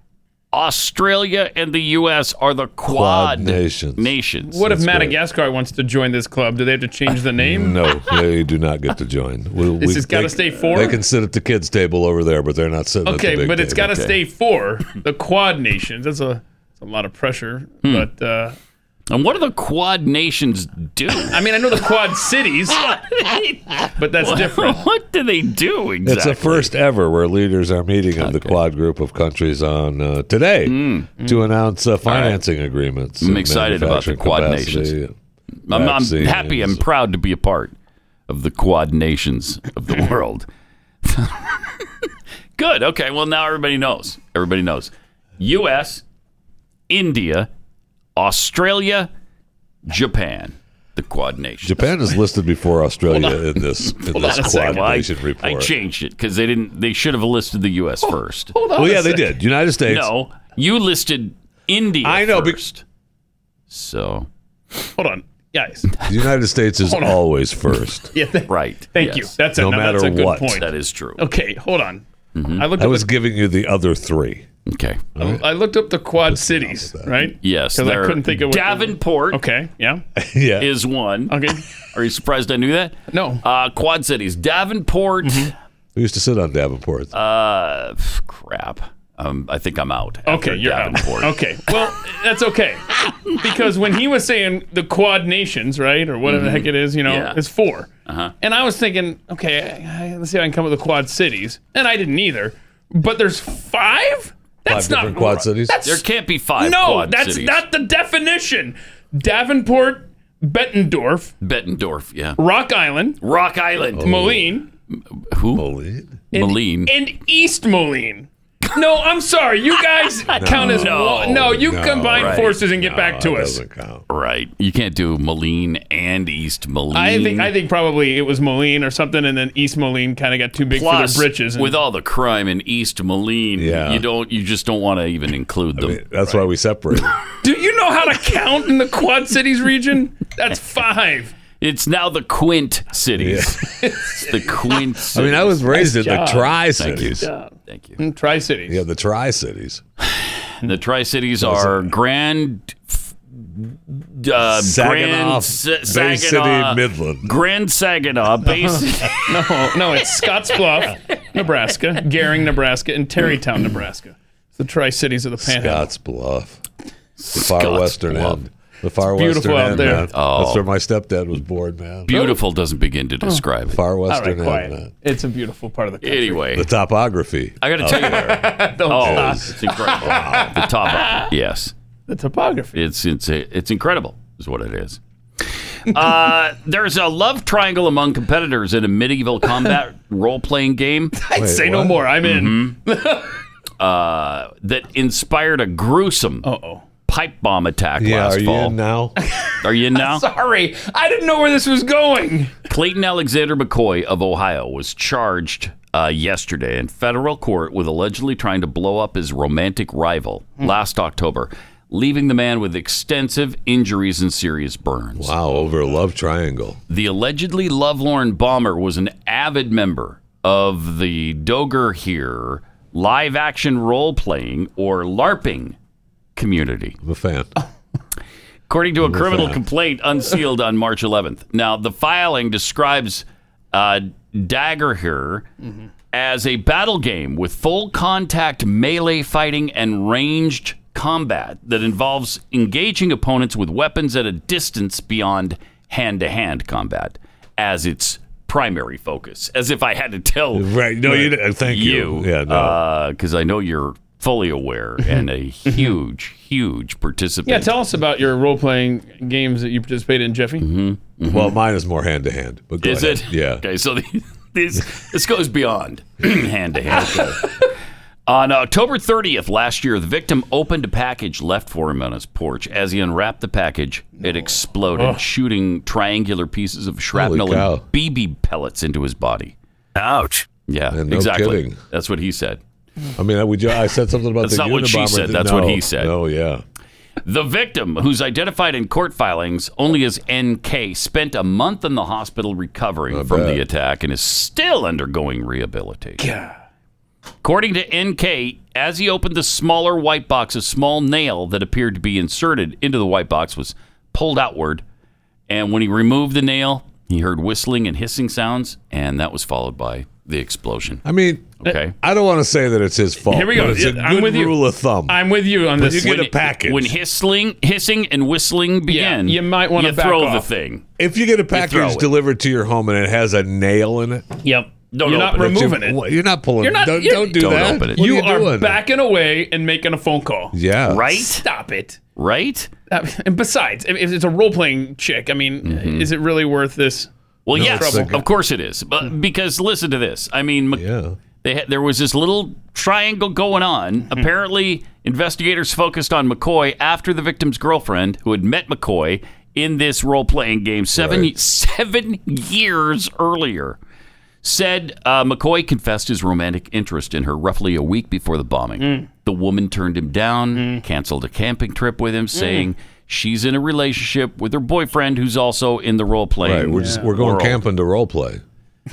Australia, and the U.S. are the Quad,
Quad nations.
nations.
What if
That's great.
Madagascar wants to join this club? Do they have to change the name?
No, they do not get to join. We,
This has gotta
they-
stay four?
They can sit at the kids' table over there, but they're not sitting. at the
Okay,
big
but it's got
table.
to stay four. The Quad Nations. That's a, that's a lot of pressure.
Hmm.
But uh,
And what do the Quad nations do?
I mean, I know the Quad Cities, but that's different.
what do they do
It's
exactly?
a first ever where leaders are meeting of the Quad group of countries on uh, today
Hmm.
to announce uh, financing agreements.
I'm
and
excited about the
manufacturing
Quad
capacity.
I'm, I'm
vaccines.
happy and proud to be a part of the quad nations of the world. Good. Okay. Well, now everybody knows. Everybody knows. U.S., India, Australia, Japan, the quad nation.
Japan is listed before Australia in this in this Quad
Well, I,
Nation report. Oh.
I changed it because they didn't. They should have listed the U.S. first.
well, yeah, they did. United States.
No, you listed India.
I know, bec-
First. So
Hold on, guys.
The United States is always first.
Yeah, th-
right.
thank you.
Yes.
That's a,
No
now that's
matter
a good
what.
point.
That is true.
Okay, hold on. I looked
I
up
was giving you the other three.
Okay.
the, I looked up the Quad Cities, right?
Yes,
Because I
they're-
couldn't think of what the-
Davenport.
Okay, yeah.
Yeah.
is one.
Okay.
Are you surprised I knew that?
No.
Uh, Quad
Mm-hmm.
Cities, Davenport.
We used to sit on Davenport.
Uh, pff, crap. Um, I think I'm out. after
Okay, you're
Davenport.
out. Okay, well, that's okay because when he was saying the Quad Nations, right, or whatever the heck it is, you know,
Mm-hmm. Yeah.
it's four,
Uh-huh.
and I was thinking, okay, I- I- let's see if I can come up with the Quad Cities, and I didn't either. But there's five. That's
Five
not
different quad
right.
cities?
That's
There can't be five.
no.
quad
that's
cities.
not the definition. Davenport, Bettendorf,
Bettendorf. Yeah,
Rock Island,
Rock Island.
Moline,
Who?
Moline?
Oh.
Moline.
and East Moline. No, I'm sorry. You guys count as
No.
one. No, you combine
right.
forces and get back to
That
us.
Oh, doesn't count.
Right. You can't do Moline and East Moline.
I think I think probably it was Moline or something, and then East Moline kind of got too big
Plus,
for their britches. And,
with all the crime in East Moline,
Yeah.
you don't. You just don't want to even include them.
That's why we separated.
do you know how to count in the Quad Cities region? That's five.
It's now the Quint cities. it's the Quint. Cities.
I mean, I was raised in the
job.
Tri
Thank you.
Cities.
Thank you.
Tri Cities.
Yeah, the Tri Cities.
The Tri Cities are Grand. f- Uh,
Saginaw,
Grand S-
Bay
Saginaw,
City, Midland.
Grand Saginaw, Bay City.
No, no, it's Scottsbluff, Nebraska, Garing, Nebraska, and Terrytown, Nebraska. It's the Tri Cities of the Panhandle.
Scotts Bluff. The far western
Bluff. Oh.
end. The far
beautiful
western
out
end.
there.
Man. That's where my stepdad was born, man.
Beautiful doesn't begin to describe it.
Far
All right,
western end,
quiet.
man.
It's a beautiful part of the country.
Anyway,
The topography.
I got to tell you,
Don't
oh,
stop.
it's incredible. The top, yes,
The topography.
it's it's it's incredible, is what it is. Uh, there's a love triangle among competitors in a medieval combat role playing game
I'd say no
what? Mm-hmm.
more. I'm in.
that inspired a gruesome
Uh-oh.
pipe bomb attack
Yeah,
last
are you
fall.
in now?
Are you in now?
Sorry, I didn't know where this was going.
Clayton Alexander McCoy of Ohio was charged uh, yesterday in federal court with allegedly trying to blow up his romantic rival
Hmm.
last October, leaving the man with extensive injuries and serious burns.
wow, over a love triangle.
The allegedly lovelorn bomber was an avid member of the Doger here live action role playing or LARPing community
I'm a fan.
according to a criminal complaint unsealed on March 11th. Now, the filing describes uh, Dagger here as a battle game with full contact melee fighting and ranged combat that involves engaging opponents with weapons at a distance beyond hand to hand combat as its primary focus. As if I had to tell
Right. No, you didn't. Thank
you.
you.
Uh,
Yeah, no.
Because I know you're fully aware and a huge, huge participant.
Yeah, tell us about your role playing games that you participate in, Jeffy.
Mm-hmm. Well, mine is more hand to hand. But go
Is
ahead.
it?
Yeah.
Okay, so the, this this goes beyond hand to hand. On October 30th last year, the victim opened a package left for him on his porch. As he unwrapped the package, it exploded, shooting triangular pieces of shrapnel and
cow.
BB pellets into his body.
Ouch.
Yeah,
And no
exactly.
kidding.
That's what he said.
I mean, I, we, ju- I said something about
That's
the
not what she
Unabomber
said,
that-
that's
no,
what he said.
No, yeah.
The victim, who's identified in court filings only as NK, spent a month in the hospital recovering from
bet.
the attack and is still undergoing rehabilitation. According to NK, as he opened the smaller white box, a small nail that appeared to be inserted into the white box was pulled outward. And when he removed the nail, he heard whistling and hissing sounds, and that was followed by the explosion.
I mean,
Okay.
I don't want to say that it's his fault.
Here we go.
but It's a
Yeah, I'm
good
with you.
rule of thumb.
I'm with you on this.
you get
When
a package.
When hissling, hissing and whistling begin,
you might wanna
you
back
throw
off.
the thing.
if you get a
throw
package
it.
delivered to your home and it has a nail in it,
Yep.
Don't
you're not
open it.
removing
you-
it.
You're not pulling.
You're not-
Don't,
you're-
don't do
Don't
that.
open it.
What
You are
doing?
backing away and making a phone call.
Yeah.
Right?
Stop it.
Right?
Uh, And besides, if if it's a role playing chick, I mean,
Mm-hmm.
is it really worth this?
Well, yes,
it's like a- Hmm.
of course it is. But because listen to this. I mean, Mc-
Yeah.
they had, there was this little triangle going on.
Hmm.
Apparently, investigators focused on McCoy after the victim's girlfriend, who had met McCoy in this role-playing game seven
Right.
seven years earlier, said uh, McCoy confessed his romantic interest in her roughly a week before the bombing.
Hmm.
The woman turned him down, canceled a camping trip with him,
Hmm.
saying. She's in a relationship with her boyfriend, who's also in the role playing.
Right. We're just we're going camping to role play.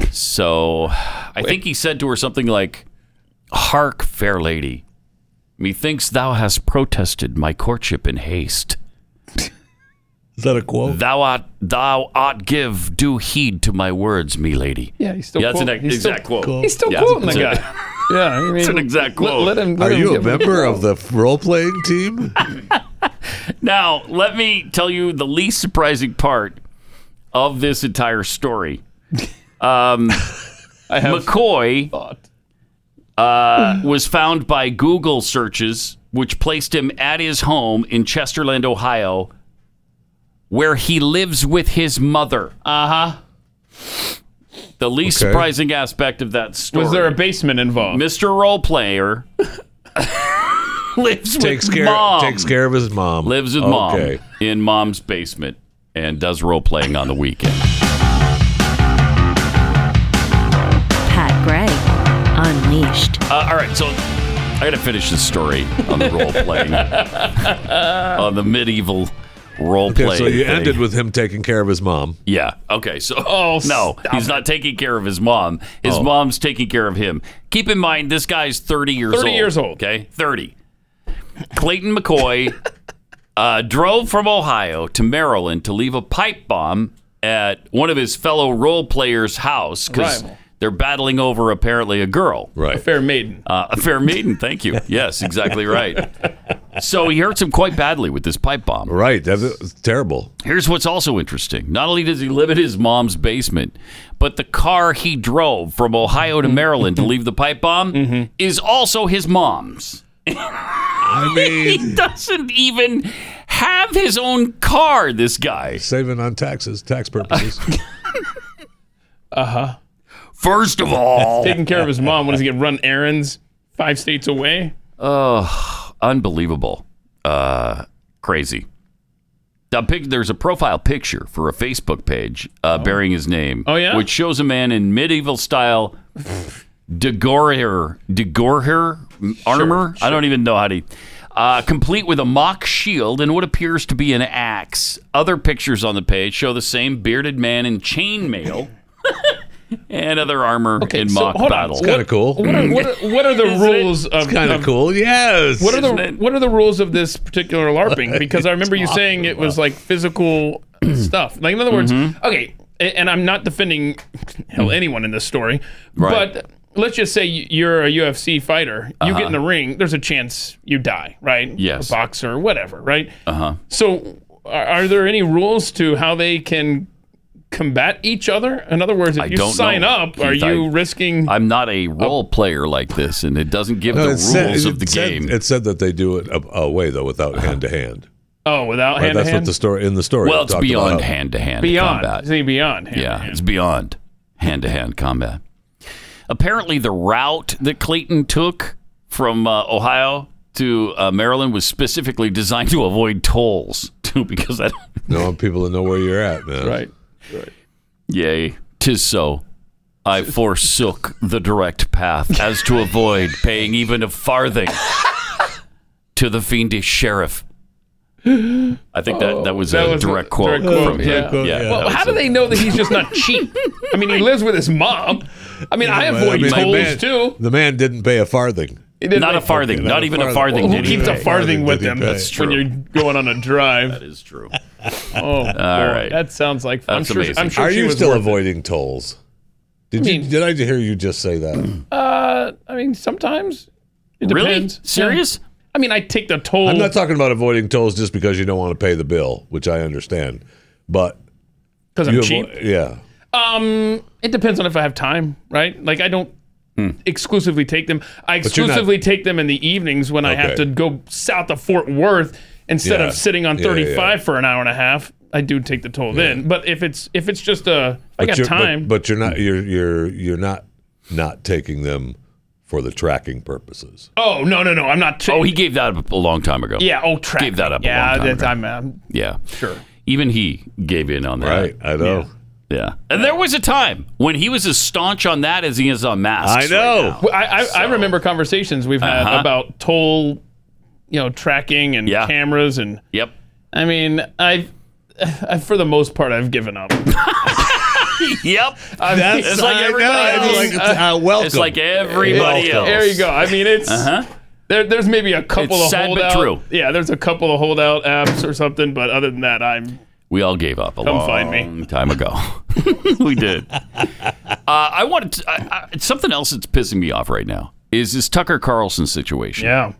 So I think he said to her something like, Hark, fair lady, methinks thou hast protested my courtship in haste.
Is that a quote?
Thou art, thou art give due heed to my words, me lady.
Yeah, he's still
yeah, that's an
quoting-
ex-
he's still-
exact quote.
He's still
Yeah,
quoting the
that's it.
guy. Yeah, I mean,
That's an exact
let-
quote.
Let, him. let
Are
him
you a
give him-
member of the role playing team?
Now, let me tell you the least surprising part of this entire story. Um,
I have
McCoy uh,
thought.
was found by Google searches, which placed him at his home in Chesterland, Ohio, where he lives with his mother. Uh
Uh-huh.
huh. The least
Okay.
surprising aspect of that story.
Was there a basement involved?
Mr. Role Player lives
takes
with
care
mom.
takes care of his mom.
lives with
Okay.
mom in mom's basement and does role playing on the weekend.
Pat Gray Unleashed.
Uh, all right, so I got to finish this story on the role playing, on the medieval role
Okay,
playing.
so you
thing.
ended with him taking care of his mom.
yeah. Okay, so
Oh,
no,
stop Oh.
he's not taking care of his mom. His mom's taking care of him. Keep in mind, this guy's thirty years
30
old.
years old.
Okay, thirty. Clayton McCoy uh, drove from Ohio to Maryland to leave a pipe bomb at one of his fellow role players' house because
Rival.
they're battling over apparently a girl.
Right.
Fair maiden.
Uh, a fair maiden, thank you. Yes, exactly right. So he hurts him quite badly with this pipe bomb.
Right. That's terrible.
Here's what's also interesting. Not only does he live in his mom's basement, but the car he drove from Ohio to Maryland to leave the pipe bomb is also his mom's.
I mean,
He doesn't even have his own car, this guy.
saving on taxes, tax purposes.
First of all,
Taking care of his mom. What does he get? Run errands five states away.
unbelievable. Uh, crazy. Now, pic- there's a profile picture for a Facebook page uh, bearing his name.
Oh, yeah?
Which shows a man in medieval style degorher, degorher m- armor. I don't even know how to. Uh, complete with a mock shield and what appears to be an axe. Other pictures on the page show the same bearded man in chainmail and other armor in
so
mock
hold on.
battle.
It's kind of cool.
What are, what are, what are the rules of
Kind of
of-
cool. Yes.
Um, What are
Isn't
the
it?
What are the rules of this particular LARPing? Because I remember you saying it was like physical stuff. Like in other words,
Mm-hmm.
okay. a- And I'm not defending hell anyone in this story,
Mm. Right. Uh-huh.
but let's just say y- you're a UFC fighter. You get in the ring. There's a chance you die, right?
Yes. Uh-huh.
A boxer, whatever, right? Uh huh. So, are, are there any rules to how they can combat each other? In other words, if
I
you
don't
sign
know,
up, are
Keith, I-
you risking?
I'm not a role player like this, and it doesn't give the
Oh. it
rules
said-
of the
it said-
game.
It said that they do it a, a way though, without
Uh-huh.
hand to hand.
oh, without
Right?
hand
That's
to hand.
what the story in the story.
Well,
it
it's
talked
beyond
about.
hand to hand combat.
beyond. See, beyond. hand to
yeah,
hand.
it's beyond hand to hand combat. Apparently, the route that Clayton took from uh, Ohio to uh, Maryland was specifically designed to avoid tolls, too, because that,
No, I want people to know where you're at, man.
Right.
yay, tis so. I forsook the direct path as to avoid paying even a farthing to the fiendish sheriff. I think that, that was
That
a
was a
direct quote
direct quote,
from him.
yeah.
Quote, yeah.
that
Well,
was
how do
a-
they know that he's just not cheap? I mean, he lives with his mom. I mean, I
But,
avoid
mean, the
tolls
man-
too.
The man didn't pay a farthing.
He didn't
Not a
make-
farthing,
Okay,
not even a farthing.
Who
did he
keeps a
pay.
farthing with
did he
them?
pay?
That's
That's
when
true.
you're going on a drive.
That is true.
Oh, all
right.
That sounds like I'm
That's
sure.
amazing.
I'm sure
Are
she
you
was
still
worth it.
avoiding tolls? Did
I
you?
mean-
Did I hear you just say that?
Uh, I mean, sometimes it
Really?
depends.
Serious?
Yeah. I mean, I take the toll.
I'm not talking about avoiding tolls just because you don't want to pay the bill, which I understand. But
because
you
I'm
avo-
cheap.
yeah.
Um, it depends on if I have time, right? Like I don't exclusively take them. I
Hmm. you're not-
exclusively take them in the evenings when I have
Okay.
to go south of Fort Worth instead
Yeah.
of sitting on
Yeah, yeah,
35
yeah.
for an hour and a half. I do take the toll then. But if it's if it's just a I
But
got
you're- but-
time.
But, you're not you're you're you're not not taking them for the tracking purposes.
oh no no no! I'm not. T-
Oh, he gave that up a long time ago.
yeah. Oh, track.
Gave that up a
Yeah,
long time
that's,
ago.
I'm, uh, I'm
Yeah.
sure.
Even he gave in on that.
Right. I know.
Yeah. And there was a time when he was as staunch on that as he is on masks.
I know.
right now.
I, I, I remember conversations we've had
Uh-huh.
about toll, you know, tracking and
Yeah.
cameras and.
yep.
I mean, I've, I, for the most part, I've given up.
Yep.
That's
It's like
I know,
everybody
it's
else.
like, it's- uh, welcome.
It's like everybody
Welcome.
else.
There you go. I mean, it's
Uh-huh.
there, there's maybe a couple
It's
of
sad but
holdout.
true.
Yeah, there's a couple of holdout apps or something, but other than that, I'm
We all gave up a long
Come find me.
time ago. we did. Uh, I wanted to, I, I, it's something else that's pissing me off right now. is this Tucker Carlson situation.
Yeah.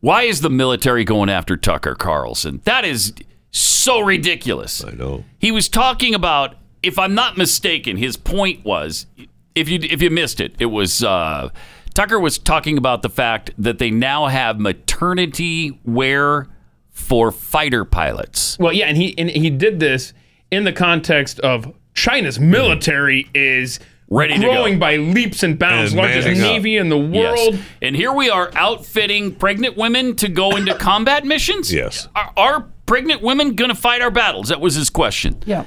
Why is the military going after Tucker Carlson? That is so ridiculous. I
know.
He was talking about, if I'm not mistaken, his point was, if you if you missed it, it was uh, Tucker was talking about the fact that they now have maternity wear for fighter pilots.
Well, yeah, and he and he did this in the context of China's military is
Ready to go.
growing by leaps and bounds,
And
largest
manning up.
navy in the world.
Yes. And here we are outfitting pregnant women to go into combat missions?
Yes.
Are, are pregnant women going to fight our battles? That was his question.
Yeah.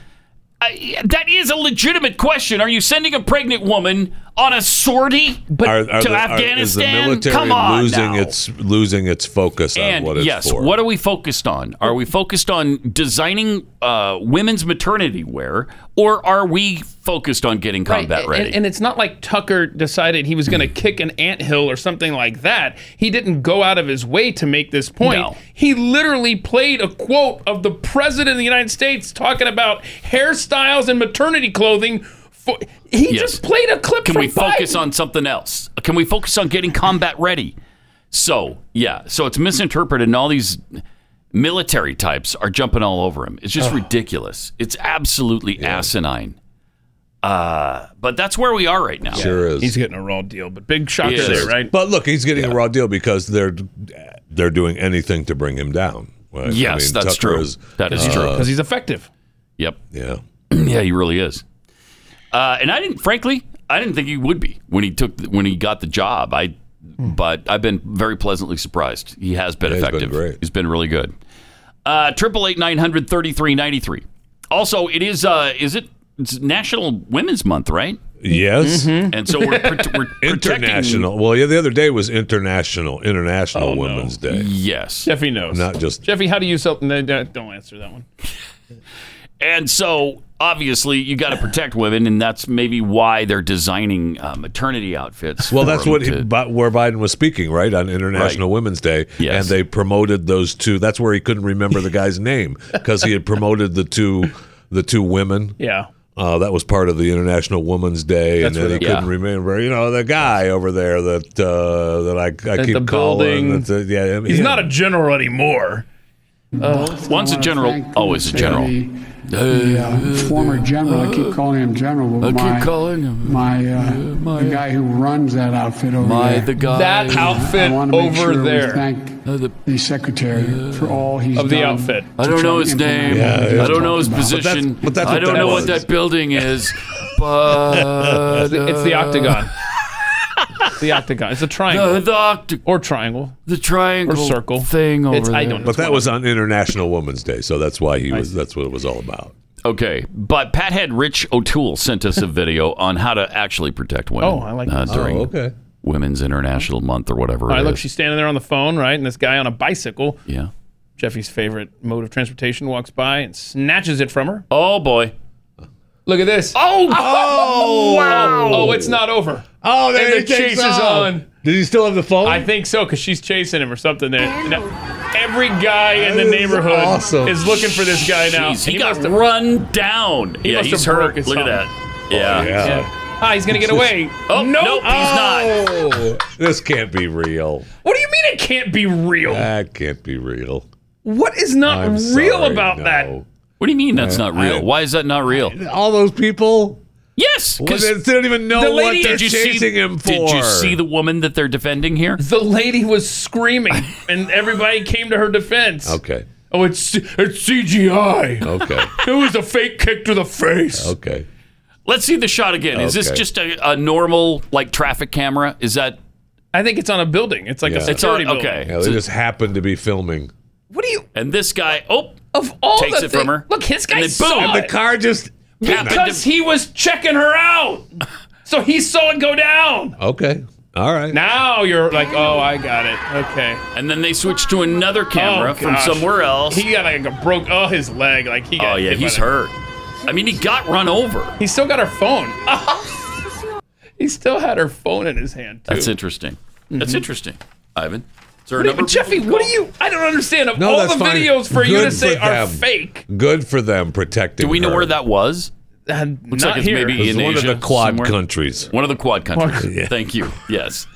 I, that is a legitimate question. Are you sending a pregnant woman on a sortie to
is the
Afghanistan?
military
Come on.
losing
now.
its losing its focus on
and
what it's
yes,
for?
what are we focused on? Are we focused on designing uh, women's maternity wear, or are we focused on getting combat
And-
ready? Mm.
And, it's not like Tucker decided he was going to kick an anthill or something like that. He didn't go out of his way to make this point.
No.
He literally played a quote of the president of the United States talking about hairstyles and maternity clothing. For, he
Yes.
just played a clip
Can
from
we focus
Biden.
on something else? Can we focus on getting combat ready? So, yeah, so it's misinterpreted, and all these military types are jumping all over him. It's just ridiculous. It's absolutely asinine. Uh, but that's where we are right now.
Sure is.
He's getting a raw deal, but big shocker
Yes.
there, right?
But look, he's getting a raw deal because they're they're doing anything to bring him down. Right? I
Yes,
mean,
that's
Tucker
true.
is- uh,
that is
Because
true.
he's effective.
Yep.
yeah,
Yeah, he really is. Uh, and I didn't, frankly, I didn't think he would be when he took when he got the job. I, but I've been very pleasantly surprised. He has been
Hmm. Yeah, he's been
effective.
great.
He's been really good. Uh, Triple eight nine hundred thirty three ninety three. Also, it is uh, is it it's National Women's Month, right?
yes,
And so we're, pr- we're Mm-hmm. protecting. Oh,
international. Well, yeah, the other day was international International Women's Day,
Yes.
Jeffy knows.
not just
Jeffy, how do you sell? No, no, don't answer that one.
And so, obviously, you got to protect women, and that's maybe why they're designing uh, maternity outfits.
Well,
for
that's
them
what
to-
he, but where Biden was speaking, right, on International
Right.
Women's Day,
Yes.
and they promoted those two. That's where he couldn't remember the guy's name because he had promoted the two, the two women.
Yeah.
Uh, that was part of the International Women's Day,
That's
and
where
then
they-
he couldn't
Yeah.
remember, you know, the guy over there that uh, that I, I
At
keep
the
calling.
building.
that's a- yeah, him-
He's
him.
not a general anymore.
Once a general, always a general.
The, the, uh, former general, I keep calling him general,
I
but
keep
my,
calling him.
my, uh,
my-
the guy who runs that outfit over
By
there.
the guy.
That outfit
I want to
over
make sure
there.
we thank
Uh, the-
the secretary for all he's
Of the
done.
outfit.
to
I don't
try
know
to
his
implement
name.
what
Yeah,
he's
yeah.
I don't
talking
know his
about.
position.
but that's
I
what
don't
that
know what
was.
that building is. but
It's the
uh,
octagon. It's the octagon. It's a
The,
triangle
the, octa-
or triangle.
the triangle
Or circle.
thing over
It's-
there.
I don't know.
But that was on International Women's Day, so that's why he was. That's what it was all about.
Okay, but Pathead Rich O'Toole sent us a video on how to actually protect women.
Oh, I like
uh,
this.
during
okay.
Women's International Month or whatever.
All
it
right, look,
is.
she's standing there on the phone, right? And this guy on a bicycle,
yeah.
Jeffy's favorite mode of transportation, walks by and snatches it from her.
Oh boy.
Look at this.
Oh,
wow. Oh, it's not over.
Oh, there
And the chase is on.
Did he still have the phone?
I think so, because she's chasing him or something there. And every guy in the
That is
neighborhood
awesome.
is looking for this guy now.
Jeez, he,
And
got
must have-
run down. yeah,
must
he's
have broke
hurt.
his
Look at
thumb. Oh,
that. Yeah.
yeah.
Ah, he's going to get away.
Oh no, he's
Nope.
not.
Oh, this can't be real.
What do you mean it can't be real?
That can't be real.
what is not
Uh, I'm
real
sorry,
about
no.
that?
What do you mean that's not real?
I-
Why is that not real?
All those people.
yes,
Well,
'cause
they don't even know
the
what
lady-
they're
did you
chasing him for.
did you see the woman that they're defending here?
The lady was screaming, and everybody came to her defense.
Okay.
Oh, it's it's CGI.
Okay.
It was a fake kick to the face.
Okay.
Let's see the shot again. Is this
Okay.
just a, a normal like traffic camera? Is that
I think it's on a building. It's like
Yeah.
a
It's
security
It's on-
building.
okay.
Yeah, they just happened to be filming.
What do you
and this guy, oh,
of all
Takes
the
it from
thi-
her.
Look, his guy
And then
saw
boom.
it
And
The car just.
because he was checking her out. So he saw it go down.
Okay. All right.
Now you're like, oh, I got it. Okay.
and then they switch to another camera
Oh,
from
gosh.
somewhere else.
He got like a broke. Oh, his leg. Like he. Got
oh yeah,
hit by
he's
the-
hurt. I mean, he got run over.
He still got her phone. he still had her phone in his hand. Too.
That's interesting. That's interesting, Ivan. Is there a
What do you-
number
Jeffy,
people
what do
call?
you? I don't understand. Of
No,
all
that's
the
fine.
videos for you
Good
to say
for
are
them.
fake,
Good for them protecting.
Do we know
her.
where that was?
uh,
Looks
not
like it's
here.
maybe
It was
in
one
Asia
of the quad
somewhere.
countries.
One of the quad countries.
Yeah.
Thank you. Yes.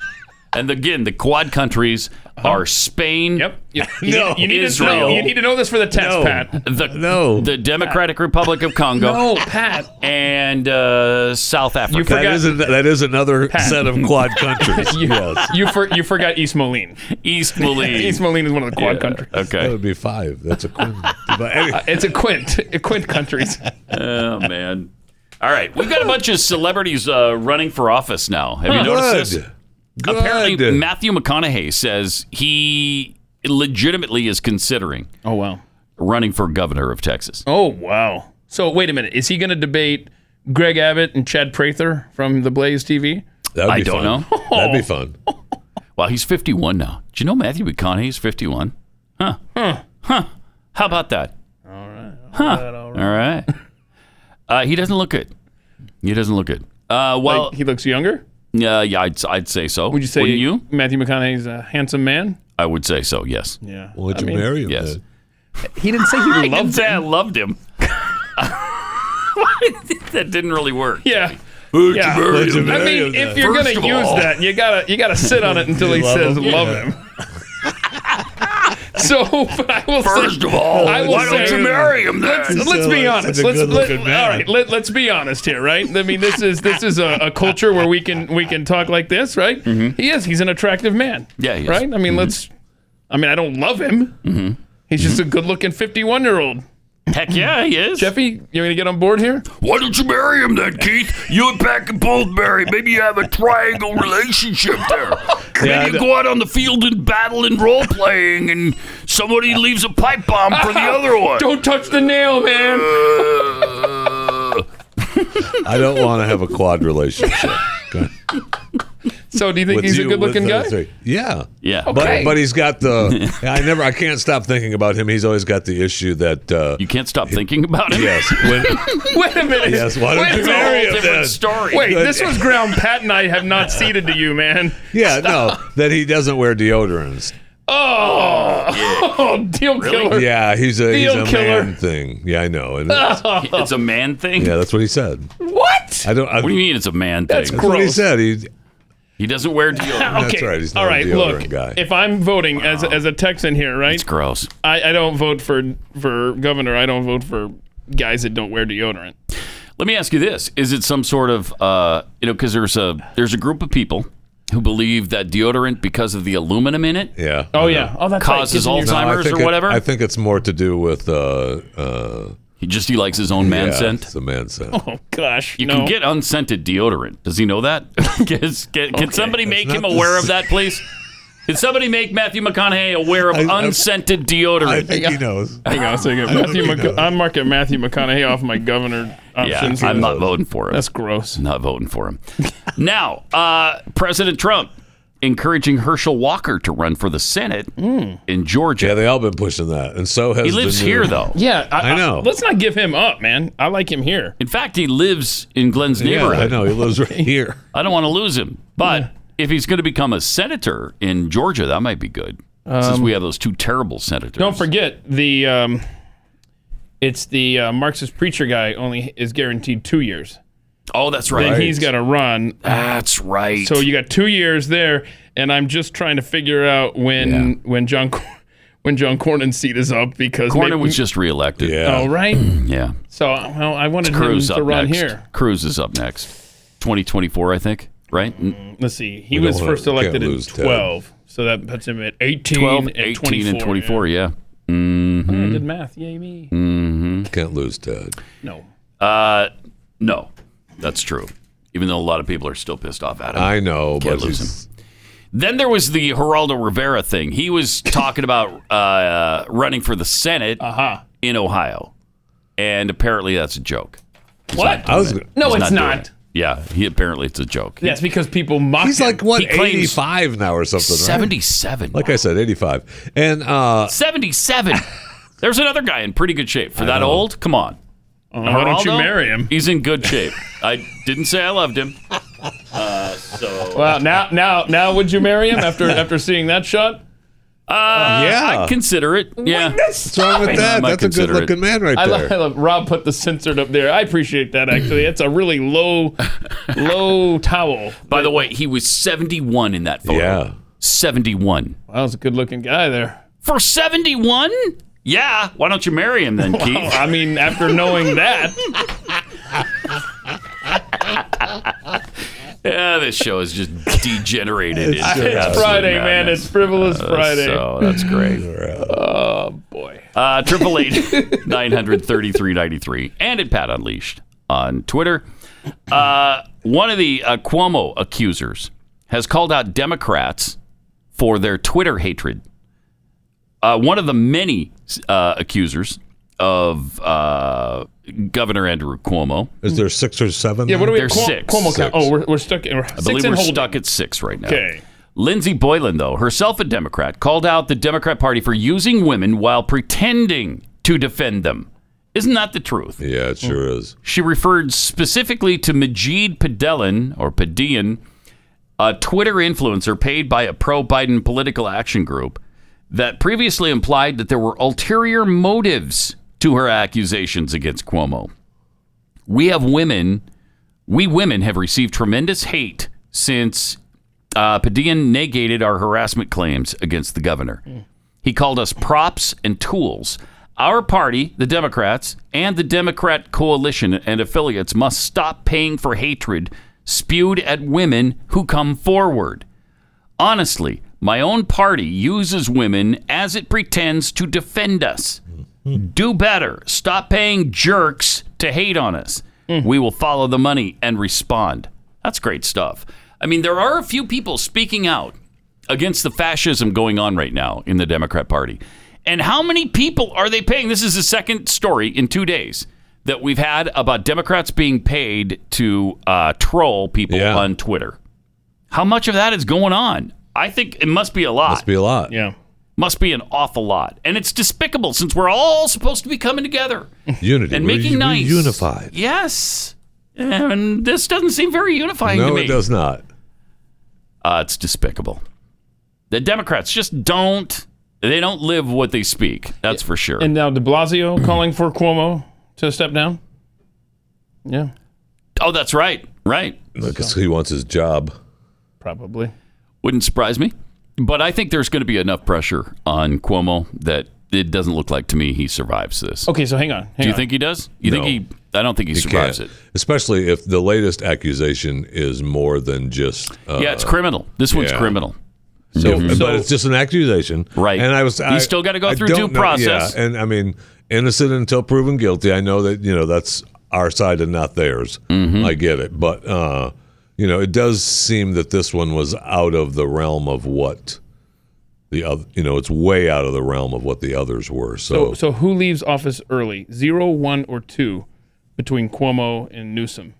And again, the quad countries
Uh-huh.
are Spain. Yep.
You need- you need to know-
Israel.
you need to know this for the test, Pat.
The, The Democratic Republic of Congo.
No, Pat.
And uh, South Africa.
that is, a, that is another set of quad countries.
You,
yes.
you, for, you forgot East Moline.
East
Moline.
East Moline is one of the quad
Yeah,
countries.
Okay.
That would be five. That's a quad.
Uh, it's a quint. A quint countries.
oh man! All right, we've got a bunch of celebrities uh, running for office now. Have you
Huh.
noticed
Good.
this? Apparently, Matthew McConaughey says he legitimately is considering.
Oh wow!
Running for governor of Texas.
Oh wow! So wait a minute. Is he going to debate Greg Abbott and Chad Prather from the Blaze TV?
That'd I be don't fun. know.
That'd be fun.
Well, he's 51 now. Do you know Matthew McConaughey is 51? Huh?
Hmm.
Huh? Huh? How about that? All right. Huh? All right. uh, he doesn't look good. He doesn't look good. Uh, well,
he looks younger.
Yeah, yeah, I'd, I'd say so.
Would you say
Wouldn't you?
Matthew McConaughey's a handsome man?
I would say so. Yes.
Yeah.
Well, would
I
you
mean-
marry him?
Yes.
then?
He didn't say he
I
loved
didn't say
him.
I loved him. that didn't really work.
Yeah.
Would
yeah.
you marry him?
I mean,
Marry him
if you're
then.
going to
First of
use
all.
that, you gotta you gotta sit on it until
You
he
love
says
him?
love
Yeah.
him. So, but I will say-
First of all,
I will
why don't
say-
you marry him then?
Let's,
You
let's
sound
be
like
honest.
such a
Let's let, all
good-looking man.
right. Let, let's be honest here, right? I mean, this is this is a, a culture where we can we can talk like this, right? He is. He's an attractive man.
Mm-hmm. Yeah, he is. Mm-hmm.
Right. I mean, let's. I mean, I don't love him. He's just a
Mm-hmm.
good-looking 51-year-old.
Heck yeah, he is.
Jeffy, you're gonna get on board here.
Why don't you marry him then, Keith? You and Pat can both marry. Maybe you have a triangle relationship there.
Yeah, I
Maybe you
d-
go out on the field and battle and role playing, and somebody leaves a pipe bomb for the other one.
Don't touch the nail, man.
I don't want to have a quad relationship. Okay.
So, do you think
With
he's
you,
a good-looking
with
guy?
those three. Yeah.
Yeah.
Okay.
But, but he's got the. I never. I can't stop thinking about him. He's always got the issue that. Uh,
you can't stop thinking about him.
Yes. When,
Wait a minute.
yes. Why
Wait a
don't you
minute.
marry
Whole
him
different
then?
story.
Wait, this was ground Pat and I have not ceded to you, man.
Yeah. No. That he doesn't wear deodorants.
Oh, oh deal killer.
Yeah. He's a
Deal
he's a
killer.
man thing. Yeah. I know. And yeah.
It's a man thing.
That's what he said.
What?
I don't. I,
What do you mean it's a man thing?
That's
That's what he
Gross. Ah,
said. He.
He doesn't wear deodorant.
That's right. He's not
All right,
a deodorant
look.
guy.
If I'm voting as, as a Texan here, right?
It's gross.
I, I don't vote for for governor. I don't vote for guys that don't wear deodorant.
Let me ask you this: Is it some sort of uh, you know because there's a there's a group of people who believe that deodorant because of the aluminum in it
yeah.
Oh yeah. Oh, that's
causes
No, I
Alzheimer's
think
or
it-
whatever?
I think it's more to do with. Uh, uh,
he just he likes his own man
yeah,
scent.
It's a man scent.
Oh gosh.
You
no.
can get unscented deodorant. Does he know that? Guess- can, can somebody make
That's
him
not
aware
the
of that, please? Can somebody make Matthew McConaughey aware of
I- I-
unscented
I
deodorant?
think he knows.
Hang on a second. Matthew McC- I'm marking Matthew McConaughey off my governor
yeah,
options.
I'm not voting for him.
That's gross.
not voting for him. now, uh, President Trump encouraging Herschel Walker to run for the Senate
Hmm.
in Georgia.
Yeah, they all been pushing that, uh, and so has.
he
the
lives
new-
here, though.
Yeah,
I know.
let's not give him up, man. I like him here.
In fact, he lives in Glenn's
Yeah, I
neighborhood.
know he lives right here.
I, don't want to lose him. But if he's going to become a senator in Georgia, that might be good. Since we have those two terrible senators.
Um, Don't forget the um, it's the uh, Marxist preacher guy only is guaranteed two years.
Oh, that's right.
Then he's got to run.
That's right.
So you got two years there, and I'm just trying to figure out when when John Cor- when John Cornyn's seat is up because
Cornyn
maybe-
was just reelected.
Yeah,
oh right.
Yeah.
So well, I wanted him
Cruz
to
up
run
next.
here.
Cruz is up next. 2024, I think. Right?
Let's see. He
We
was
don't wanna-
first
we can't
elected in
lose Ted.
12, so that puts him at 18,
12,
18
18, and Mm-hmm. 24. Yeah.
Yeah. I did math. Yay me.
Mm. Oh.
can't lose Ted.
No.
Uh, no, that's true. Even though a lot of people are still pissed off at him.
I know,
Oh. Can't
but
lose
he's-
Then there was the Geraldo Rivera thing. He was talking about uh, running for the Senate
Uh-huh.
in Ohio, and apparently that's a joke.
What?
I was.
No,
He's
it's
doing
not.
it. Yeah, he apparently it's a joke.
That's because people mock
He's
him.
like what
He claims-
eighty-five now or something. right?
seventy-seven.
Like I said, eighty-five, and uh,
seventy-seven. There's another guy in pretty good shape for that old. Come on,
Why don't you
Geraldo,
marry him?
He's in good shape. I didn't say I loved him. Uh, so
Well, now, now, now, would you marry him after after seeing that shot?
Uh,
Yeah.
I'd consider it. Yeah.
What's wrong with that?
might
That's a
consider
good
it.
looking man right
I
there.
love, I love Rob put the censored up there. I appreciate that actually. That's a really low, low towel.
By the way, he was 71 in that photo.
Yeah.
71.
Wow, that was a good-looking guy there.
For 71? Yeah. Why don't you marry him then, Keith?
I mean, after knowing that,
Yeah, this show is just degenerated.
It's
into
just-
absolute
it's Friday, man.
madness. Uh,
It's frivolous Friday.
So that's great.
Boy,
Uh, Triple eight nine hundred thirty three ninety three, and at Pat Unleashed on Twitter. Uh, one of the uh, Cuomo accusers has called out Democrats for their Twitter hatred. Uh, one of the many uh, accusers of uh, Governor Andrew Cuomo.
Is there six or seven?
yeah. What
now?
are we?
They're
Cuomo,
six.
Cuomo count.
Six.
Oh, we're, we're stuck. We're
I
six
believe
and
we're
holding.
stuck at six right now.
Okay.
Lindsey Boylan, though, herself a Democrat, called out the Democrat Party for using women while pretending to defend them. Isn't that the truth?
Yeah, it sure is.
She referred specifically to Majid Pedelin, or Pedian, a Twitter influencer paid by a pro Biden political action group that previously implied that there were ulterior motives to her accusations against Cuomo. We have women, we women have received tremendous hate since uh, Pedian negated our harassment claims against the governor. He called us props and tools. Our party, the Democrats, and the Democrat coalition and affiliates must stop paying for hatred spewed at women who come forward. Honestly, my own party uses women as it pretends to defend us. Do better. Stop paying jerks to hate on us. We will follow the money and respond. That's great stuff. I mean, there are a few people speaking out against the fascism going on right now in the Democrat Party. And how many people are they paying? This is the second story in two days that we've had about Democrats being paid to uh, troll people
Yeah.
on Twitter. How much of that is going on? I think it must be a lot.
Must be a lot.
Yeah.
Must be an awful lot. And it's despicable since we're all supposed to be coming together
Unity.
and
We're
making
u- we're
nice.
unified.
Yes. And this doesn't seem very unifying to
No,
me.
it does not.
Uh, it's despicable. The Democrats just don't. They don't live what they speak. That's for sure.
And now De Blasio calling for Cuomo to step down. Yeah,
oh, that's right. Right.
Because he wants his job.
probably.
Wouldn't surprise me. But I think there's going to be enough pressure on Cuomo that it doesn't look like to me he survives this.
Okay, so hang on. Hang
Do you
on.
think he does? You
Oh, No.
think he? I don't think he, survives
Can't.
it.
Especially if the latest accusation is more than just. Uh,
yeah, it's criminal. This one's
yeah.
criminal.
So, but it's just an accusation,
Right.
And I was,
You
I,
still gotta go
I
through due
don't know-
process.
Yeah, and I mean, innocent until proven guilty. I know that you know that's our side and not theirs.
Mm-hmm.
I get it, but uh, you know, it does seem that this one was out of the realm of what the other. You know, it's way out of the realm of what the others were. So,
So, so who leaves office early? Zero, one, or two between Cuomo and Newsom.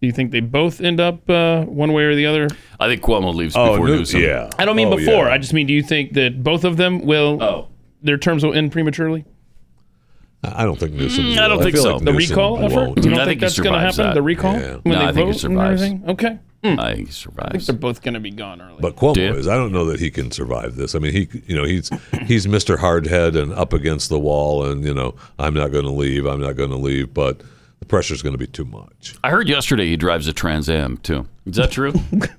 Do you think they both end up uh, one way or the other?
I think Cuomo leaves
oh,
before
no-
Newsom.
yeah.
I don't mean
Oh,
before.
yeah.
I just mean, do you think that both of them will?
Oh.
Their terms will end prematurely.
I don't think
Mm,
Newsom.
I don't
will.
think
feel
so.
Like
The
Newsom
recall effort.
won't.
You don't
I
think,
think he
that's going to
survives
happen?
that.
The recall
Yeah.
when
No,
they
I
vote
think he
and
survives.
everything. Okay,
I think he survives.
they're both going to be gone early.
But Cuomo
Do you?
is. I don't know that he can survive this. I mean, he, you know, he's he's Mr. Hardhead and up against the wall, and you know, I'm not going to leave. I'm not going to leave. But the pressure's going to be too much.
I heard yesterday he drives a Trans Am too. Is that true?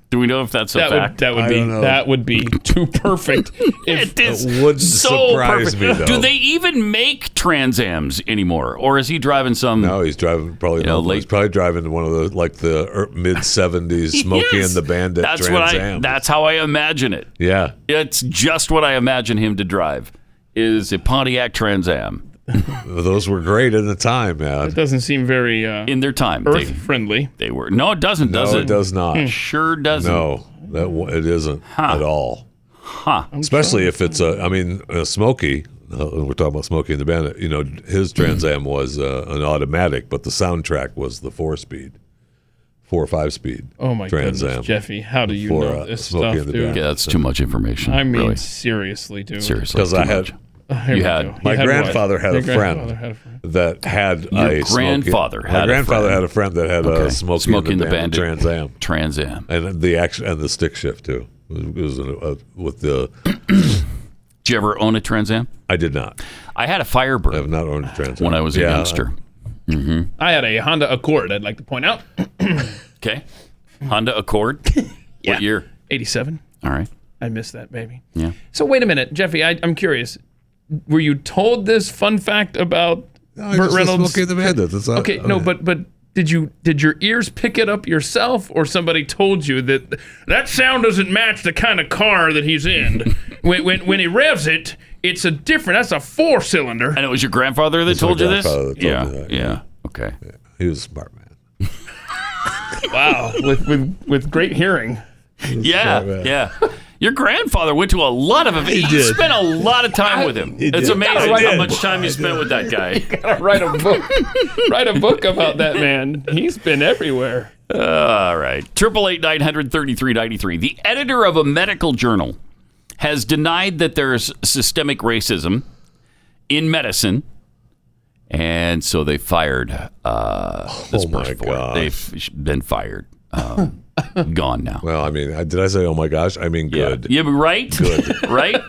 Do we know if that's a
that would
fact?
that would
I
be
don't know.
that would be too perfect. if,
it is
It wouldn't
so
surprise
perfect.
me, though.
Do they even make Trans Ams anymore, or is he driving some?
Now he's driving probably.
know,
no, he's
late-
probably driving one of the like the er- mid '70s Smokey
Yes.
and the Bandit
That's
Trans
what I.
Am.
That's how I imagine it.
yeah.
It's just what I imagine him to drive. Is a Pontiac Trans Am
Those were great at the time, man.
doesn't seem very uh,
in their time?
earth
They,
friendly.
they were. No, it doesn't. Hmm.
No,
does
it does not.
Sure doesn't.
No, that wa- it isn't at all.
Huh.
Especially if it's a, I mean, a Smokey. Uh, we're talking about Smokey and the Bandit. You know, his Trans Am was uh, an automatic, but the soundtrack was the four-speed, four or five-speed.
Oh my
Trans
goodness,
Am.
Jeffy, how do you
For,
know
uh,
this
Smokey
stuff,
and the
dude?
Bandit.
Yeah, that's too much information.
I mean,
really.
seriously, dude.
seriously,
Because
it's
I
too
had
much.
Here
You
we
had-
go.
my
You had what?
grandfather had
Your
a friend
grandfather had a friend.
that had
Your
a Smokey-
grandfather had
my
a
grandfather
friend.
had a friend that had
Okay.
a Smokey,
Smokey
and the, Bandit, Trans Am,
Trans Am.
uh, and the action and the stick shift too. It was, it was a, a, with the
Did you ever own a Trans Am?
I did not.
I had a Firebird. I have
not owned a Trans
Am when I was
Yeah.
a youngster. Mm-hmm.
I had a Honda Accord. I'd like to point out.
Okay. Honda Accord.
Yeah.
What year?
Eighty-seven.
All right.
I missed that baby.
Yeah.
So wait a minute, Jeffy. I, I'm curious. Were you told this fun fact about Burt
I just- that's
Reynolds?
okay that we had that. That's not-
okay, no,
okay.
but but did you did your ears pick it up yourself, or somebody told you that that sound doesn't match the kind of car that he's in? when, when when he revs it, it's a different. That's a four cylinder. And
it was your grandfather that
It's my
told you this?
grandfather that told
yeah.
me that,
yeah. Okay.
He was a smart man.
wow, with with with great hearing.
Yeah. Yeah. Your grandfather went to a lot of
uh, He
events. You
did.
spent a lot of time
I-
with him.
He
It's
did.
amazing
I
how
did.
much time you spent with that guy.
gotta write a book. write a book about that man. He's been everywhere.
All right. Triple eight nine hundred thirty three ninety three. The editor of a medical journal has denied that there's systemic racism in medicine, and so they fired uh, this
Oh, my
person for it. They've been fired. Um, gone now.
Well, I mean, I, did I say, oh my gosh? I mean, good.
Yeah, but right? right?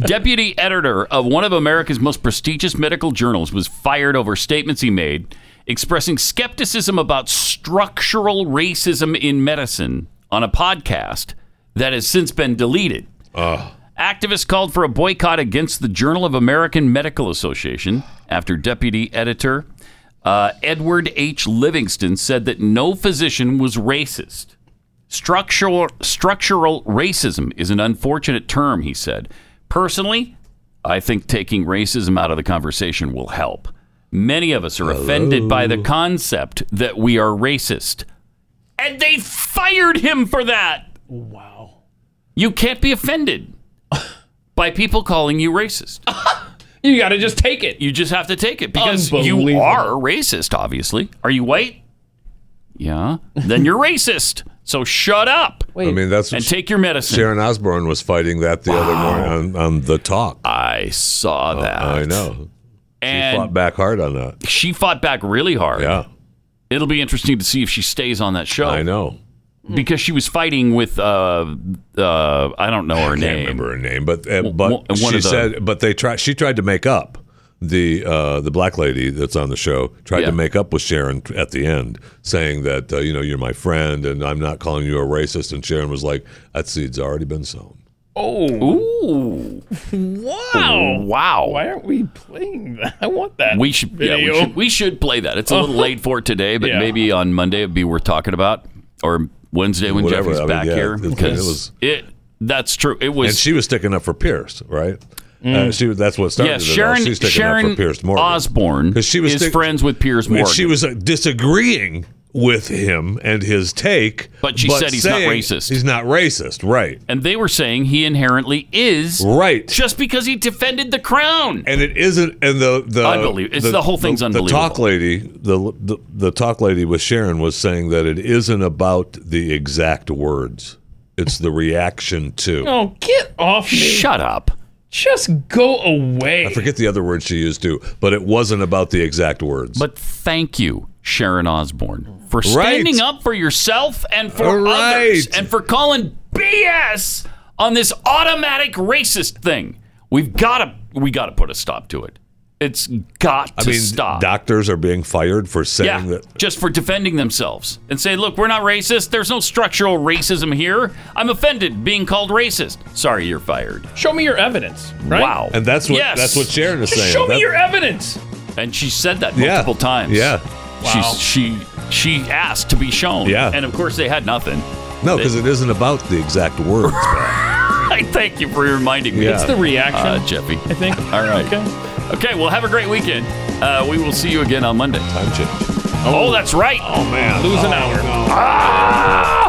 Deputy editor of one of America's most prestigious medical journals was fired over statements he made expressing skepticism about structural racism in medicine on a podcast that has since been deleted. Activists called for a boycott against the Journal of American Medical Association after deputy editor uh, Edward H. Livingston said that no physician was racist. Structural, structural racism is an unfortunate term, he said. Personally, I think taking racism out of the conversation will help. Many of us are offended by the concept that we are racist. And they fired him for that.
Wow.
You can't be offended by people calling you racist.
You got to just take it.
You just have to take it because you
Unbelievable.
are racist, obviously. Are you white? Yeah. Then you're racist. So shut up.
I mean, that's
and take your medicine.
Sharon Osbourne was fighting that the other morning on, on The Talk.
I saw that.
Oh, I know.
and
she fought back hard on that.
she fought back really hard.
Yeah.
It'll be interesting to see if she stays on that show. I
know. Mm-hmm.
Because she was fighting with, uh, uh, I don't know her name.
remember her name, but uh,
W-
but
one- one
she
of the-
said, but they tried. She tried to make up the uh, the black lady that's on the show tried
Yeah.
to make up with Sharon at the end, saying that uh, you know you're my friend and I'm not calling you a racist. And Sharon was like, that seed's already been sown.
Oh.
Ooh.
Wow.
Wow.
Why aren't we playing that? I want that.
We should, yeah, we
video.
should, we should play that. It's a little late for it today, but
Yeah.
maybe on Monday it'd be worth talking about, or Wednesday when
Whatever,
Jeffrey's
I mean,
back
yeah,
here
it- it
because it,
was-
That's true. It was.
and she was sticking up for Pierce, right?
Mm.
Uh, she that's what started.
Yeah,
it all.
Sharon-
She's sticking up
Sharon
for Pierce Morgan.
Osborne
because she was
is friends with Pierce
and
Morgan.
she was uh, disagreeing with him and his take,
But she said he's not
saying
racist.
He's not racist, right?
and they were saying he inherently is
Right.
just because he defended the crown.
and it isn't and the the
Unbelievable. It's- the whole thing's
the talk
unbelievable.
lady the, the the talk lady with sharon was saying that it isn't about the exact words it's the reaction to
Oh, get off me.
Shut up.
Just go away.
i forget the other word she used too but it wasn't about the exact words
But thank you, Sharon Osborne, for
Right.
standing up for yourself and for
Right.
others and for calling BS on this automatic racist thing. We've got to we got to put a stop to it. It's got
i
to
mean
stop.
doctors are being fired for saying
yeah,
that
just for defending themselves and say, "Look, we're not racist. There's no structural racism here. I'm offended being called racist. Sorry, you're fired."
Show me your evidence. Right?
Wow.
and that's what
Yes.
that's what sharon is
Just
saying
show me
That-
your evidence.
and she said that
Yeah.
multiple times.
Yeah.
Wow.
She's, she she asked to be shown.
Yeah.
And of course they had nothing.
no because it isn't about the exact words
I thank you for reminding me.
Yeah. It's the
reaction.
uh, Jeffy.
I think.
All right.
Okay.
Okay. Well, have a great weekend. Uh, we will see you again on Monday.
time change
Oh, that's right.
oh man
Lose an hour.
Ah!